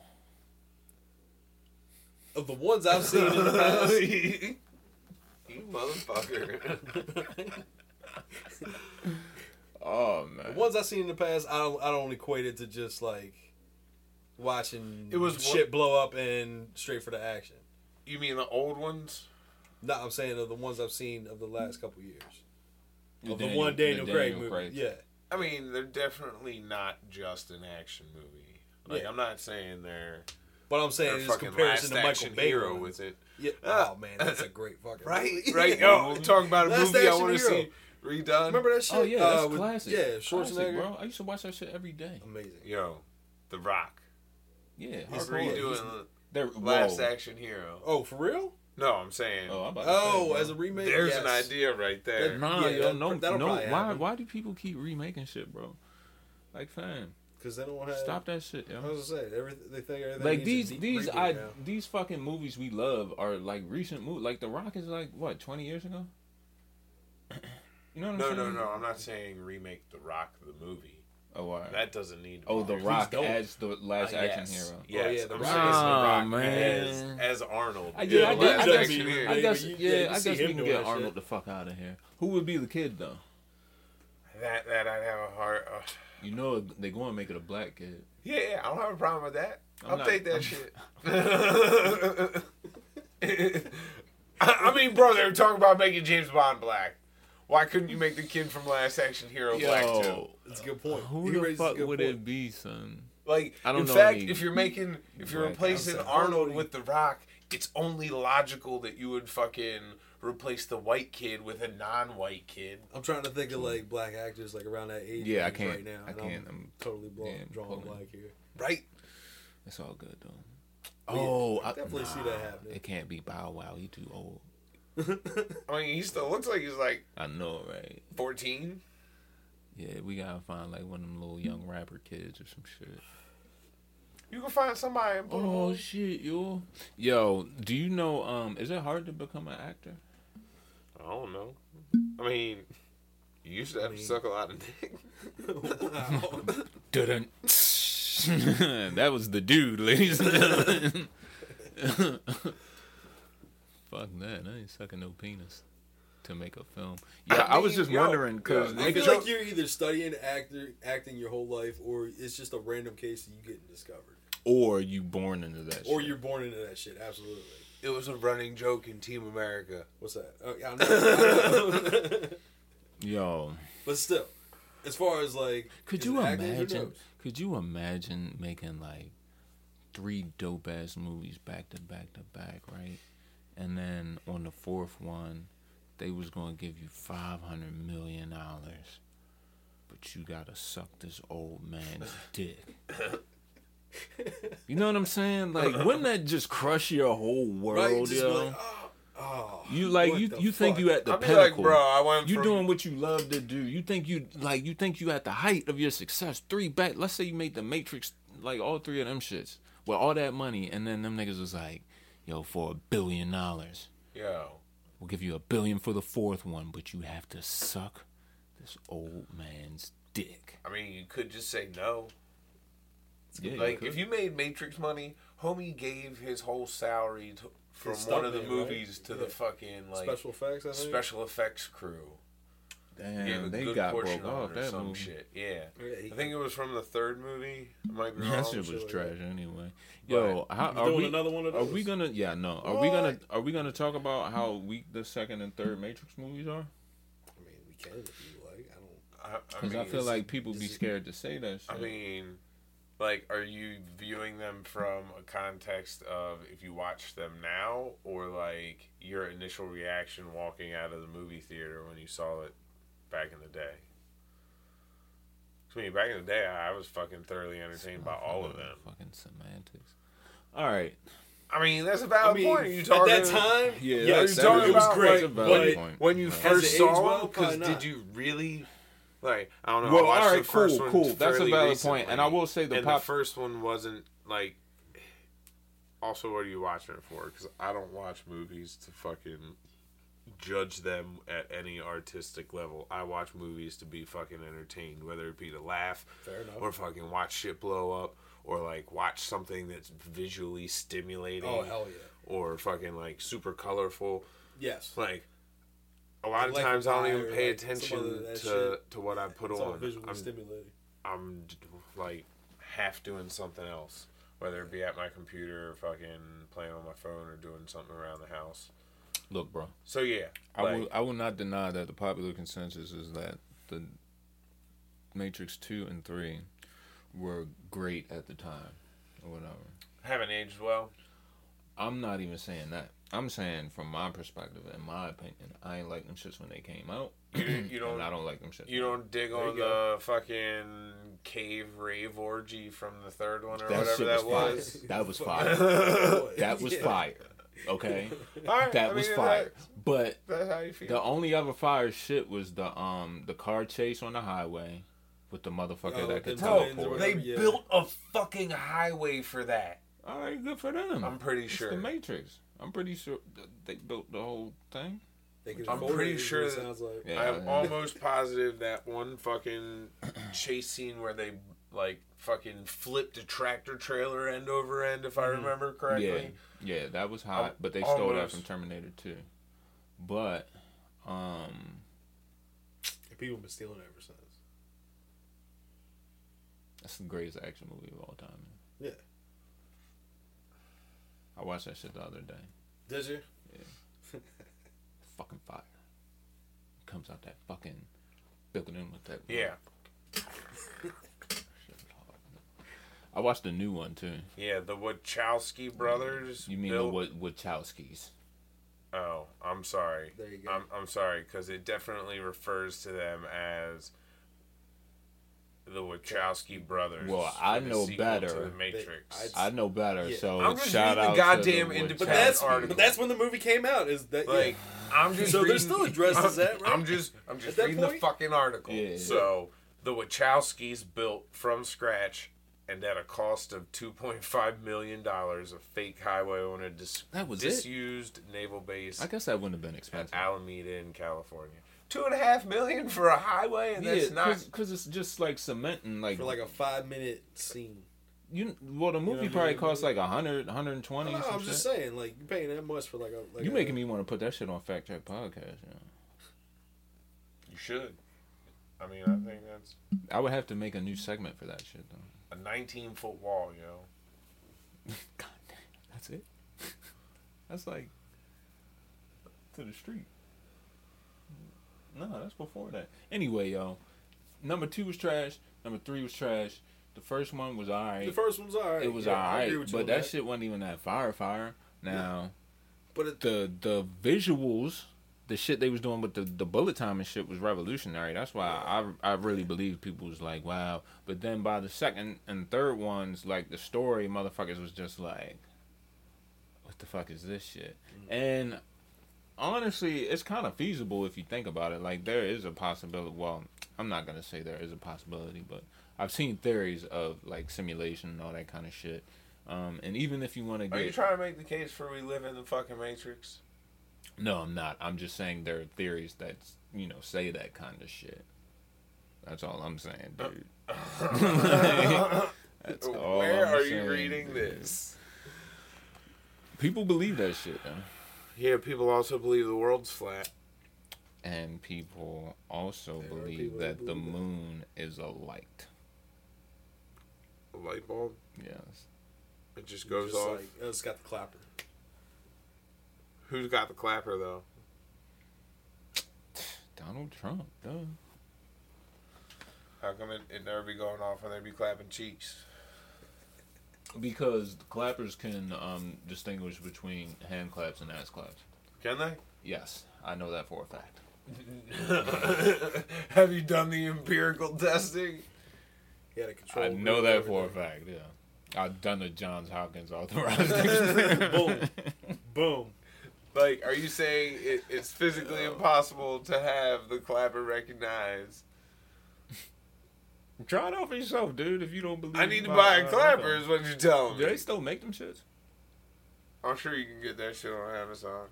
Speaker 3: of the ones I've seen in the
Speaker 2: Oh,
Speaker 3: past.
Speaker 2: you motherfucker.
Speaker 1: Oh
Speaker 3: The
Speaker 1: man,
Speaker 3: ones I've seen in the past, I don't, I don't equate it to just like watching
Speaker 2: It was
Speaker 3: shit
Speaker 2: one-
Speaker 3: blow up and straight for the action.
Speaker 2: you mean the old ones?
Speaker 3: No, I'm saying of the ones I've seen of the last couple years.
Speaker 1: The
Speaker 3: Of the
Speaker 1: Daniel-
Speaker 3: one Daniel,
Speaker 1: the
Speaker 3: Craig
Speaker 1: Daniel
Speaker 3: movie.
Speaker 1: Craig.
Speaker 3: Yeah.
Speaker 2: I mean, they're definitely not just an action movie. Like
Speaker 3: Yeah.
Speaker 2: I'm not saying they're
Speaker 3: But I'm
Speaker 2: they're
Speaker 3: saying is
Speaker 2: fucking last
Speaker 3: comparison to Michael
Speaker 2: action
Speaker 3: Bay
Speaker 2: hero
Speaker 3: one.
Speaker 2: with it.
Speaker 3: Yeah.
Speaker 2: Ah.
Speaker 3: oh man, that's a great fucking
Speaker 2: Right,
Speaker 3: movie.
Speaker 2: right. Yo, talk about a
Speaker 3: Last
Speaker 2: movie I
Speaker 3: Action
Speaker 2: want to
Speaker 3: Hero.
Speaker 2: see redone.
Speaker 3: Remember that shit?
Speaker 1: Oh yeah, that's
Speaker 3: Uh, with-
Speaker 1: classic.
Speaker 3: Yeah,
Speaker 1: Classic,
Speaker 3: Schwarzenegger.
Speaker 1: bro. I used to watch that shit every day.
Speaker 3: Amazing.
Speaker 2: Yo, The Rock.
Speaker 1: Yeah,
Speaker 2: He's
Speaker 1: hardcore.
Speaker 2: redoing
Speaker 1: They're-
Speaker 2: the Last
Speaker 1: whoa.
Speaker 2: Action Hero.
Speaker 3: Oh, for real?
Speaker 2: No, I'm saying
Speaker 1: Oh, I'm about to say,
Speaker 3: Oh,
Speaker 1: bro.
Speaker 3: as a remake.
Speaker 2: there's
Speaker 3: yes.
Speaker 2: an idea right there.
Speaker 1: Nah,
Speaker 3: Yeah,
Speaker 1: yo,
Speaker 3: that-
Speaker 1: no,
Speaker 3: that'll
Speaker 1: no. Why,
Speaker 3: probably happen.
Speaker 1: why do people keep remaking shit, bro? Like, fam,
Speaker 3: because they don't have.
Speaker 1: stop that shit,
Speaker 3: I
Speaker 1: yo.
Speaker 3: was gonna say everything. They think everything.
Speaker 1: Like these,
Speaker 3: needs a deep
Speaker 1: these,
Speaker 3: reboot
Speaker 1: I,
Speaker 3: now.
Speaker 1: these fucking movies we love are like recent movies. Like The Rock is like what, twenty years ago? You know what I'm
Speaker 2: No,
Speaker 1: saying?
Speaker 2: no, no. I'm not saying remake The Rock the movie.
Speaker 1: Oh, all right.
Speaker 2: That doesn't need. To
Speaker 1: oh,
Speaker 2: be
Speaker 1: The
Speaker 2: remade.
Speaker 1: Rock
Speaker 3: don't.
Speaker 1: as the last
Speaker 2: Uh,
Speaker 1: action
Speaker 2: yes.
Speaker 1: hero.
Speaker 2: Yes,
Speaker 3: Oh, yeah, The
Speaker 2: I'm
Speaker 3: Rock.
Speaker 2: saying it's The
Speaker 1: Nah,
Speaker 2: Rock
Speaker 1: man.
Speaker 2: As, as Arnold.
Speaker 1: I, yeah, I,
Speaker 2: in
Speaker 3: well,
Speaker 1: guess,
Speaker 2: Last
Speaker 1: I, guess,
Speaker 2: Action
Speaker 3: yeah,
Speaker 2: Hero.
Speaker 1: I guess,
Speaker 3: but you-
Speaker 1: yeah,
Speaker 3: yeah, you
Speaker 1: I
Speaker 3: see
Speaker 1: guess we
Speaker 3: him
Speaker 1: can
Speaker 3: doing
Speaker 1: get
Speaker 3: that
Speaker 1: Arnold
Speaker 3: shit.
Speaker 1: the fuck out of here. Who would be the kid though?
Speaker 2: That that I'd have a heart. Uh,
Speaker 1: You know they going to make it a black kid.
Speaker 2: yeah, yeah, I don't have a problem with that.
Speaker 1: I'm
Speaker 2: I'll
Speaker 1: not-
Speaker 2: take that
Speaker 1: I'm-
Speaker 2: shit. I, I mean, bro, they were talking about making James Bond black. Why couldn't you make the kid from Last Action Hero black too?
Speaker 3: It's a good point.
Speaker 1: who
Speaker 3: He
Speaker 1: the
Speaker 3: raises a
Speaker 1: fuck
Speaker 3: good
Speaker 1: would
Speaker 3: point.
Speaker 1: it be, son?
Speaker 2: Like,
Speaker 1: I don't
Speaker 2: in
Speaker 1: know
Speaker 2: fact,
Speaker 1: any-
Speaker 2: if you're making, if you're
Speaker 1: Right,
Speaker 2: replacing
Speaker 3: I'm saying-
Speaker 2: Arnold with The Rock, it's only logical that you would fucking replace the white kid with a non-white kid.
Speaker 3: I'm trying to think of like black actors like around that age.
Speaker 1: Yeah, I
Speaker 3: range
Speaker 1: can't.
Speaker 3: Right now,
Speaker 1: I
Speaker 3: and
Speaker 1: can't.
Speaker 3: I'm
Speaker 1: I'm,
Speaker 3: totally blown,
Speaker 1: Yeah,
Speaker 3: drawing
Speaker 1: hold
Speaker 3: a
Speaker 1: on.
Speaker 3: blank here.
Speaker 2: Right?
Speaker 1: it's all good though.
Speaker 3: yeah,
Speaker 1: Oh,
Speaker 3: I definitely see that happening.
Speaker 1: It can't be Bow Wow. He too old.
Speaker 2: I mean, he still looks like he's like
Speaker 1: I know, right?
Speaker 2: 14.
Speaker 1: Yeah, we gotta find like one of them little young rapper kids or some shit.
Speaker 2: You can find somebody and put him
Speaker 1: Oh
Speaker 2: on.
Speaker 1: shit, yo, yo. Do you know? Um, is it hard to become an actor?
Speaker 2: I don't know. I mean, you used to have to
Speaker 3: mean-
Speaker 2: suck a lot of dick.
Speaker 3: Wow.
Speaker 1: Dun-dun. that was the dude, ladies. and gentlemen. Fuck that! I ain't sucking no penis to make a film. Yeah, I,
Speaker 2: I
Speaker 1: was
Speaker 2: mean,
Speaker 1: just
Speaker 2: yo,
Speaker 1: wondering because
Speaker 2: yo,
Speaker 3: I feel
Speaker 2: Niggas
Speaker 3: like you're either studying actor acting your whole life, or it's just a random case that you getting discovered,
Speaker 1: or you born into that,
Speaker 3: or
Speaker 1: shit.
Speaker 3: you're born into that shit. Absolutely.
Speaker 2: It was a running joke in Team America.
Speaker 3: What's that? Oh, yeah, I know. I know.
Speaker 1: yo.
Speaker 3: but still, as far as like,
Speaker 1: Could
Speaker 3: is
Speaker 1: you
Speaker 3: it acting? Who
Speaker 1: imagine?
Speaker 3: knows?
Speaker 1: Could you imagine making like three dope ass movies back to back to back, right? And then on the fourth one, they was gonna give you five hundred million dollars, but you gotta suck this old man's dick. You know what I'm saying? Like, wouldn't that just crush your whole
Speaker 3: Right?
Speaker 1: world,
Speaker 3: Just be
Speaker 1: yo?
Speaker 3: like, oh, oh,
Speaker 1: you like
Speaker 3: what
Speaker 1: you
Speaker 3: the
Speaker 1: you think
Speaker 3: fuck?
Speaker 1: you at the
Speaker 2: I'd be
Speaker 1: pinnacle?
Speaker 2: like, bro, I went
Speaker 1: you
Speaker 2: from...
Speaker 1: doing what you love to do. You think you like you think you at the height of your success. Three back. Let's say you made the Matrix, like all three of them shits with all that money, and then them niggas was like, "Yo, for a billion dollars,
Speaker 2: Yo.
Speaker 1: we'll give you a billion for the fourth one, but you have to suck this old man's dick."
Speaker 2: I mean, you could just say no.
Speaker 1: Yeah,
Speaker 2: like, if you made Matrix money, homie gave his whole salary to, from
Speaker 3: His
Speaker 2: one of the
Speaker 3: stuntman, right?
Speaker 2: movies to the
Speaker 3: Yeah.
Speaker 2: fucking, like,
Speaker 3: special effects. I think.
Speaker 2: special effects crew. Gave a
Speaker 1: damn, they
Speaker 2: good
Speaker 1: got
Speaker 2: portion
Speaker 1: broke
Speaker 2: of
Speaker 1: off
Speaker 2: it or
Speaker 1: that
Speaker 2: some
Speaker 1: movie.
Speaker 2: shit. Yeah.
Speaker 3: Yeah, he-
Speaker 2: I think it was from the third movie. I might be
Speaker 1: That
Speaker 2: wrong.
Speaker 1: shit was
Speaker 3: sure.
Speaker 1: trash anyway. Yo, how,
Speaker 3: You
Speaker 1: are
Speaker 3: doing
Speaker 1: we?
Speaker 3: another one of
Speaker 1: Are
Speaker 3: those?
Speaker 1: we gonna? Yeah, no. Are we gonna? Are we gonna talk about how weak the second and third Matrix movies are?
Speaker 3: I mean, we can if you like. I don't.
Speaker 2: I, I,
Speaker 1: Because
Speaker 2: mean,
Speaker 1: I, feel
Speaker 2: it's-
Speaker 1: like people be
Speaker 3: is it-
Speaker 1: scared to say that. Shit.
Speaker 2: I mean, like, are you viewing them from a context of if you watch them now, or like your initial reaction walking out of the movie theater when you saw it back in the day? 'Cause, I mean, back in the day, I I was fucking thoroughly entertained by all of them.
Speaker 1: Fucking semantics. All right.
Speaker 2: I mean, that's a valid
Speaker 3: I mean,
Speaker 2: point. Are you talking
Speaker 3: at that time,
Speaker 1: Yeah,
Speaker 3: yes,
Speaker 2: you're talking
Speaker 3: it was
Speaker 2: about,
Speaker 3: great.
Speaker 2: like,
Speaker 1: That's a
Speaker 3: but
Speaker 1: valid point.
Speaker 2: when you
Speaker 1: Right.
Speaker 2: first
Speaker 3: Has it
Speaker 2: saw
Speaker 3: aged
Speaker 2: them?
Speaker 3: well?
Speaker 2: Because
Speaker 3: Probably
Speaker 2: did
Speaker 3: not.
Speaker 2: you really? Like I don't know.
Speaker 1: Well,
Speaker 2: I watched
Speaker 1: all
Speaker 2: the
Speaker 1: right,
Speaker 2: first
Speaker 1: cool,
Speaker 2: one
Speaker 1: cool. That's a
Speaker 2: fairly
Speaker 1: valid
Speaker 2: recently,
Speaker 1: point, and I will say the
Speaker 2: and
Speaker 1: pop-
Speaker 2: the first one wasn't like. Also, what are you watching it for? Because I don't watch movies to fucking judge them at any artistic level. I watch movies to be fucking entertained, whether it be to laugh,
Speaker 3: Fair enough.
Speaker 2: or fucking watch shit blow up, or like watch something that's visually stimulating,
Speaker 3: Oh hell yeah!
Speaker 2: or fucking like super colorful
Speaker 3: Yes.
Speaker 2: like a lot of
Speaker 3: Like
Speaker 2: times I
Speaker 3: fire,
Speaker 2: don't even pay
Speaker 3: like, some
Speaker 2: attention
Speaker 3: of that
Speaker 2: to
Speaker 3: shit.
Speaker 2: to what I put
Speaker 3: It's all
Speaker 2: on.
Speaker 3: visually
Speaker 2: I'm,
Speaker 3: stimulating.
Speaker 2: I'm d- like half doing something else, whether it be at my computer, or fucking playing on my phone, or doing something around the house.
Speaker 1: Look, bro.
Speaker 2: So yeah,
Speaker 1: I
Speaker 2: like,
Speaker 1: will. I will not deny that the popular consensus is that the Matrix two and three were great at the time, or whatever.
Speaker 2: Haven't aged well.
Speaker 1: I'm not even saying that. I'm saying from my perspective, in my opinion, I ain't like them shits when they came out.
Speaker 2: You, you don't.
Speaker 1: and I don't like them shits.
Speaker 2: You don't dig
Speaker 3: you
Speaker 2: on
Speaker 3: go.
Speaker 2: the fucking cave rave orgy from the third one or
Speaker 1: That
Speaker 2: whatever
Speaker 1: shit
Speaker 2: that
Speaker 1: was
Speaker 2: was.
Speaker 1: fire. That was
Speaker 3: Fuck.
Speaker 1: fire. That was
Speaker 3: Yeah.
Speaker 1: fire. Okay,
Speaker 2: All right,
Speaker 1: that
Speaker 2: I
Speaker 1: was
Speaker 2: mean,
Speaker 1: fire. But
Speaker 2: That, that's how you feel.
Speaker 1: the only other fire shit was the um the car chase on the highway with the motherfucker
Speaker 3: Oh,
Speaker 1: that could
Speaker 3: the planes or
Speaker 1: teleport.
Speaker 3: whatever.
Speaker 2: they
Speaker 3: yeah.
Speaker 2: built a fucking highway for that.
Speaker 1: All right, good for them.
Speaker 2: I'm pretty
Speaker 1: It's
Speaker 2: sure.
Speaker 1: the Matrix. I'm pretty sure th- they built the whole thing.
Speaker 3: They could
Speaker 2: I'm
Speaker 3: afford
Speaker 2: pretty
Speaker 3: it, is
Speaker 2: sure
Speaker 3: what it
Speaker 2: that-
Speaker 3: sounds like.
Speaker 1: Yeah,
Speaker 2: I'm
Speaker 1: yeah.
Speaker 2: almost positive that one fucking chase scene where they like fucking flipped a tractor trailer end over end, if I
Speaker 1: Mm-hmm.
Speaker 2: remember
Speaker 1: yeah,
Speaker 2: correctly.
Speaker 1: yeah, that was hot.
Speaker 2: Al-
Speaker 1: but they stole that
Speaker 2: almost.
Speaker 1: from Terminator 2. But um,
Speaker 3: People been stealing it ever since.
Speaker 1: that's the greatest action movie of all time. man.
Speaker 3: Yeah.
Speaker 1: I watched that shit the other day.
Speaker 3: Did you?
Speaker 1: Fucking fire. Comes out that fucking building with that.
Speaker 2: Yeah, yeah,
Speaker 1: Shit, hard. I watched the new one too.
Speaker 2: the Wachowski brothers.
Speaker 1: You mean the
Speaker 2: built-
Speaker 1: what Wachowskis?
Speaker 2: Oh, I'm sorry.
Speaker 3: There you go.
Speaker 2: I'm I'm sorry because it definitely refers to them as the Wachowski brothers.
Speaker 1: Well,
Speaker 2: for
Speaker 1: I
Speaker 2: the
Speaker 1: know
Speaker 2: sequel
Speaker 1: better.
Speaker 2: To the
Speaker 1: They-
Speaker 2: Matrix.
Speaker 3: I-
Speaker 1: I know better,
Speaker 3: Yeah.
Speaker 1: so
Speaker 2: I'm just
Speaker 1: shout
Speaker 2: reading the
Speaker 1: out
Speaker 2: goddamn
Speaker 1: to the Wachowskis.
Speaker 2: independent
Speaker 3: But that's
Speaker 2: article.
Speaker 3: but that's when the movie came out. Is that
Speaker 2: like I'm just
Speaker 3: So they're
Speaker 2: reading,
Speaker 3: still addressed
Speaker 2: I'm,
Speaker 3: as that, right?
Speaker 2: I'm just I'm just
Speaker 3: that
Speaker 2: reading the
Speaker 3: point?
Speaker 2: fucking article.
Speaker 1: Yeah.
Speaker 2: So the Wachowskis built from scratch and at a cost of 2.5 million dollars a fake highway on a dis-
Speaker 1: That was it?
Speaker 2: disused naval base
Speaker 1: I guess that wouldn't have been expensive.
Speaker 2: Alameda in California. Two and a half million for a highway, and that's not.
Speaker 1: because it's just like cement and like,
Speaker 3: for like a five minute scene?
Speaker 1: you. Well, the movie
Speaker 3: what I
Speaker 1: probably
Speaker 3: mean?
Speaker 1: costs like a hundred, hundred and
Speaker 3: No,
Speaker 1: twenty.
Speaker 3: I'm
Speaker 1: some
Speaker 3: just
Speaker 1: shit.
Speaker 3: saying, like you're paying that much for like a. Like uh,
Speaker 1: You
Speaker 3: a,
Speaker 1: making me want to put that shit on Fact Check Podcast. You know?
Speaker 2: You should. I mean, I think that's
Speaker 1: I would have to make a new segment for that shit though.
Speaker 2: a 19 foot wall, yo.
Speaker 1: God damn, that's it. that's like to the street. No, that's before that. Anyway, yo, number two was trash. Number three was trash. The first one was alright.
Speaker 3: The first one's alright.
Speaker 1: it was
Speaker 3: Yeah, I agree
Speaker 1: alright,
Speaker 3: with you
Speaker 1: but
Speaker 3: on
Speaker 1: that, shit wasn't even that fire fire. Now.
Speaker 3: But it,
Speaker 1: the the visuals, the shit they was doing with the, the bullet time and shit was revolutionary. That's why I I really believe people was like, wow. But then by the second and third ones, like the story, motherfuckers was just like, what the fuck is this shit?
Speaker 2: Mm.
Speaker 1: And honestly, it's kind of feasible if you think about it. Like there is a possibility. Well, I'm not gonna say there is a possibility, but I've seen theories of like simulation and all that kind of shit. Um, and even if you want to
Speaker 2: Are
Speaker 1: get
Speaker 2: you trying to make the case for we live in the fucking Matrix?
Speaker 1: No, I'm not. I'm just saying there are theories that you know say that kind of shit. That's all I'm saying, dude. That's all
Speaker 2: Where
Speaker 1: I'm
Speaker 2: are
Speaker 1: saying,
Speaker 2: you reading
Speaker 1: dude.
Speaker 2: this?
Speaker 1: People believe that shit, though.
Speaker 2: Yeah, people also believe the world's flat.
Speaker 1: and people also
Speaker 3: There are
Speaker 1: believe
Speaker 3: people
Speaker 1: that
Speaker 3: that
Speaker 1: the
Speaker 3: believe that.
Speaker 1: moon is a light.
Speaker 2: A light bulb,
Speaker 1: Yes,
Speaker 2: it just goes
Speaker 3: goes just
Speaker 2: off.
Speaker 3: like oh, it's got the clapper.
Speaker 2: Who's got the clapper though?
Speaker 1: Donald Trump. Duh.
Speaker 2: How come it, it never be going off when they be clapping cheeks?
Speaker 1: Because clappers can um, distinguish between hand claps and ass claps.
Speaker 2: Can they?
Speaker 1: Yes, I know that for a fact.
Speaker 2: Have you done the empirical testing?
Speaker 3: He had a control.
Speaker 1: I
Speaker 3: grid
Speaker 1: know
Speaker 3: and
Speaker 1: that for a
Speaker 3: everything.
Speaker 1: fact. Yeah, I've done the Johns Hopkins authorized experiment.
Speaker 3: Boom. Boom.
Speaker 2: Like, are you saying it, it's physically impossible to have the clapper recognized?
Speaker 1: Try it out for yourself, dude. If you don't believe,
Speaker 2: I need to
Speaker 1: my-
Speaker 2: buy
Speaker 1: uh,
Speaker 2: a clapper. Is what you're telling
Speaker 1: Do
Speaker 2: me.
Speaker 1: they still make them shits?
Speaker 2: I'm sure you can get that shit on Amazon.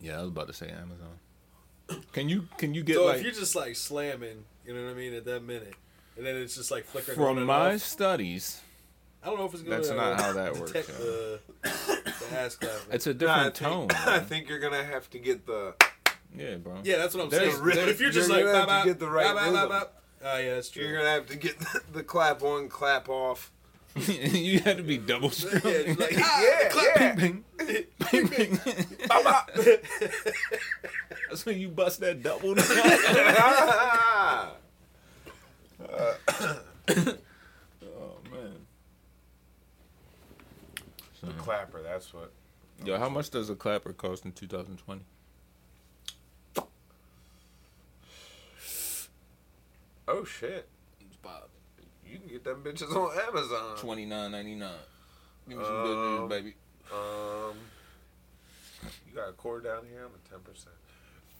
Speaker 1: Yeah, I was about to say Amazon. Can you can you get
Speaker 3: so
Speaker 1: like
Speaker 3: if you're just like slamming, you know what I mean, at that minute, and then it's just like flickering. on
Speaker 1: from
Speaker 3: and
Speaker 1: my
Speaker 3: off,
Speaker 1: studies?
Speaker 3: I don't know if it's gonna.
Speaker 1: That's not how that works,
Speaker 3: detect
Speaker 1: yeah.
Speaker 3: The, uh, the ass clapper.
Speaker 1: It's a
Speaker 2: Nah, I
Speaker 1: different tone.
Speaker 2: think- I
Speaker 1: bro.
Speaker 2: think you're gonna have to get the
Speaker 1: Yeah, bro.
Speaker 3: yeah, that's what I'm
Speaker 1: There's-
Speaker 3: saying. But
Speaker 2: there's-
Speaker 3: if you're just
Speaker 2: you're
Speaker 3: like,
Speaker 2: gonna
Speaker 3: bop,
Speaker 2: have
Speaker 3: bop,
Speaker 2: to get the right
Speaker 3: bop, bop, bop,
Speaker 2: rhythm.
Speaker 3: bop. Oh yeah, that's true.
Speaker 2: you're gonna have to get the, the clap on, clap off.
Speaker 1: you had to be double
Speaker 3: yeah,
Speaker 1: screwed.
Speaker 3: it's like,
Speaker 1: Ping,
Speaker 3: ah,
Speaker 2: Yeah,
Speaker 3: the
Speaker 2: yeah.
Speaker 3: clap.
Speaker 1: ping, ping, ping. That's when you bust that double.
Speaker 2: Ah!
Speaker 1: Oh man.
Speaker 2: The clapper, that's what.
Speaker 1: Yo, how much does a clapper cost in 2020?
Speaker 2: Oh shit. You can get them bitches on Amazon.
Speaker 1: 29.99. Give me some good
Speaker 2: uh, Um,
Speaker 1: news, baby.
Speaker 2: Um, you got a cord down here. I'm a ten percent.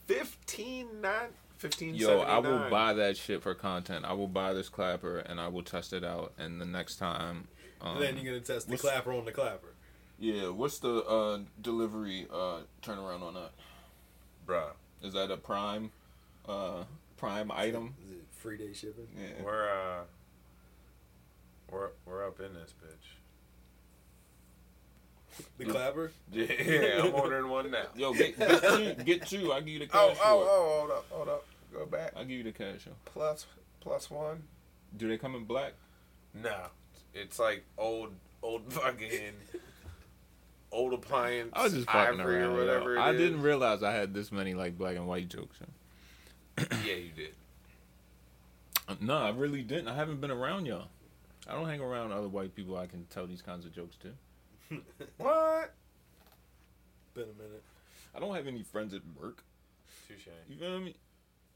Speaker 2: Fifteen nine. Fifteen.
Speaker 1: Yo, I will buy that shit for content. I will buy this clapper and I will test it out. And the next time, um,
Speaker 3: ah. then you're gonna test the
Speaker 1: what's-
Speaker 3: clapper on the clapper.
Speaker 1: yeah. What's the uh, delivery uh, turnaround on that?
Speaker 2: Bruh,
Speaker 1: Is that a prime, uh, prime item?
Speaker 3: Is it free day shipping?
Speaker 1: Yeah.
Speaker 2: we're uh, we're we're up in this bitch.
Speaker 3: The clapper?
Speaker 2: Yeah, I'm ordering one now.
Speaker 1: Yo, get, get two. Get two. I give you the
Speaker 2: Oh,
Speaker 1: cash.
Speaker 2: oh, oh! Hold up, hold up. Go back.
Speaker 1: I give you the cash. yo.
Speaker 2: Plus, plus one.
Speaker 1: Do they come in black?
Speaker 2: No, it's like old, old fucking, old appliance.
Speaker 1: I was just fucking
Speaker 2: ivory
Speaker 1: around.
Speaker 2: or
Speaker 1: yo.
Speaker 2: whatever. it
Speaker 1: I
Speaker 2: is.
Speaker 1: didn't realize I had this many like black and white jokes. yo.
Speaker 2: yeah, you did.
Speaker 1: No, I really didn't. I haven't been around y'all. I don't hang around other white people I can tell these kinds of jokes to.
Speaker 2: What?
Speaker 3: Been a minute.
Speaker 1: I don't have any friends at work.
Speaker 2: Touche.
Speaker 1: You feel me?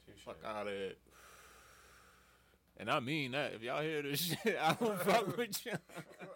Speaker 2: Touche.
Speaker 1: Fuck out of it. And I mean that. If y'all hear this shit, I don't fuck with y'all.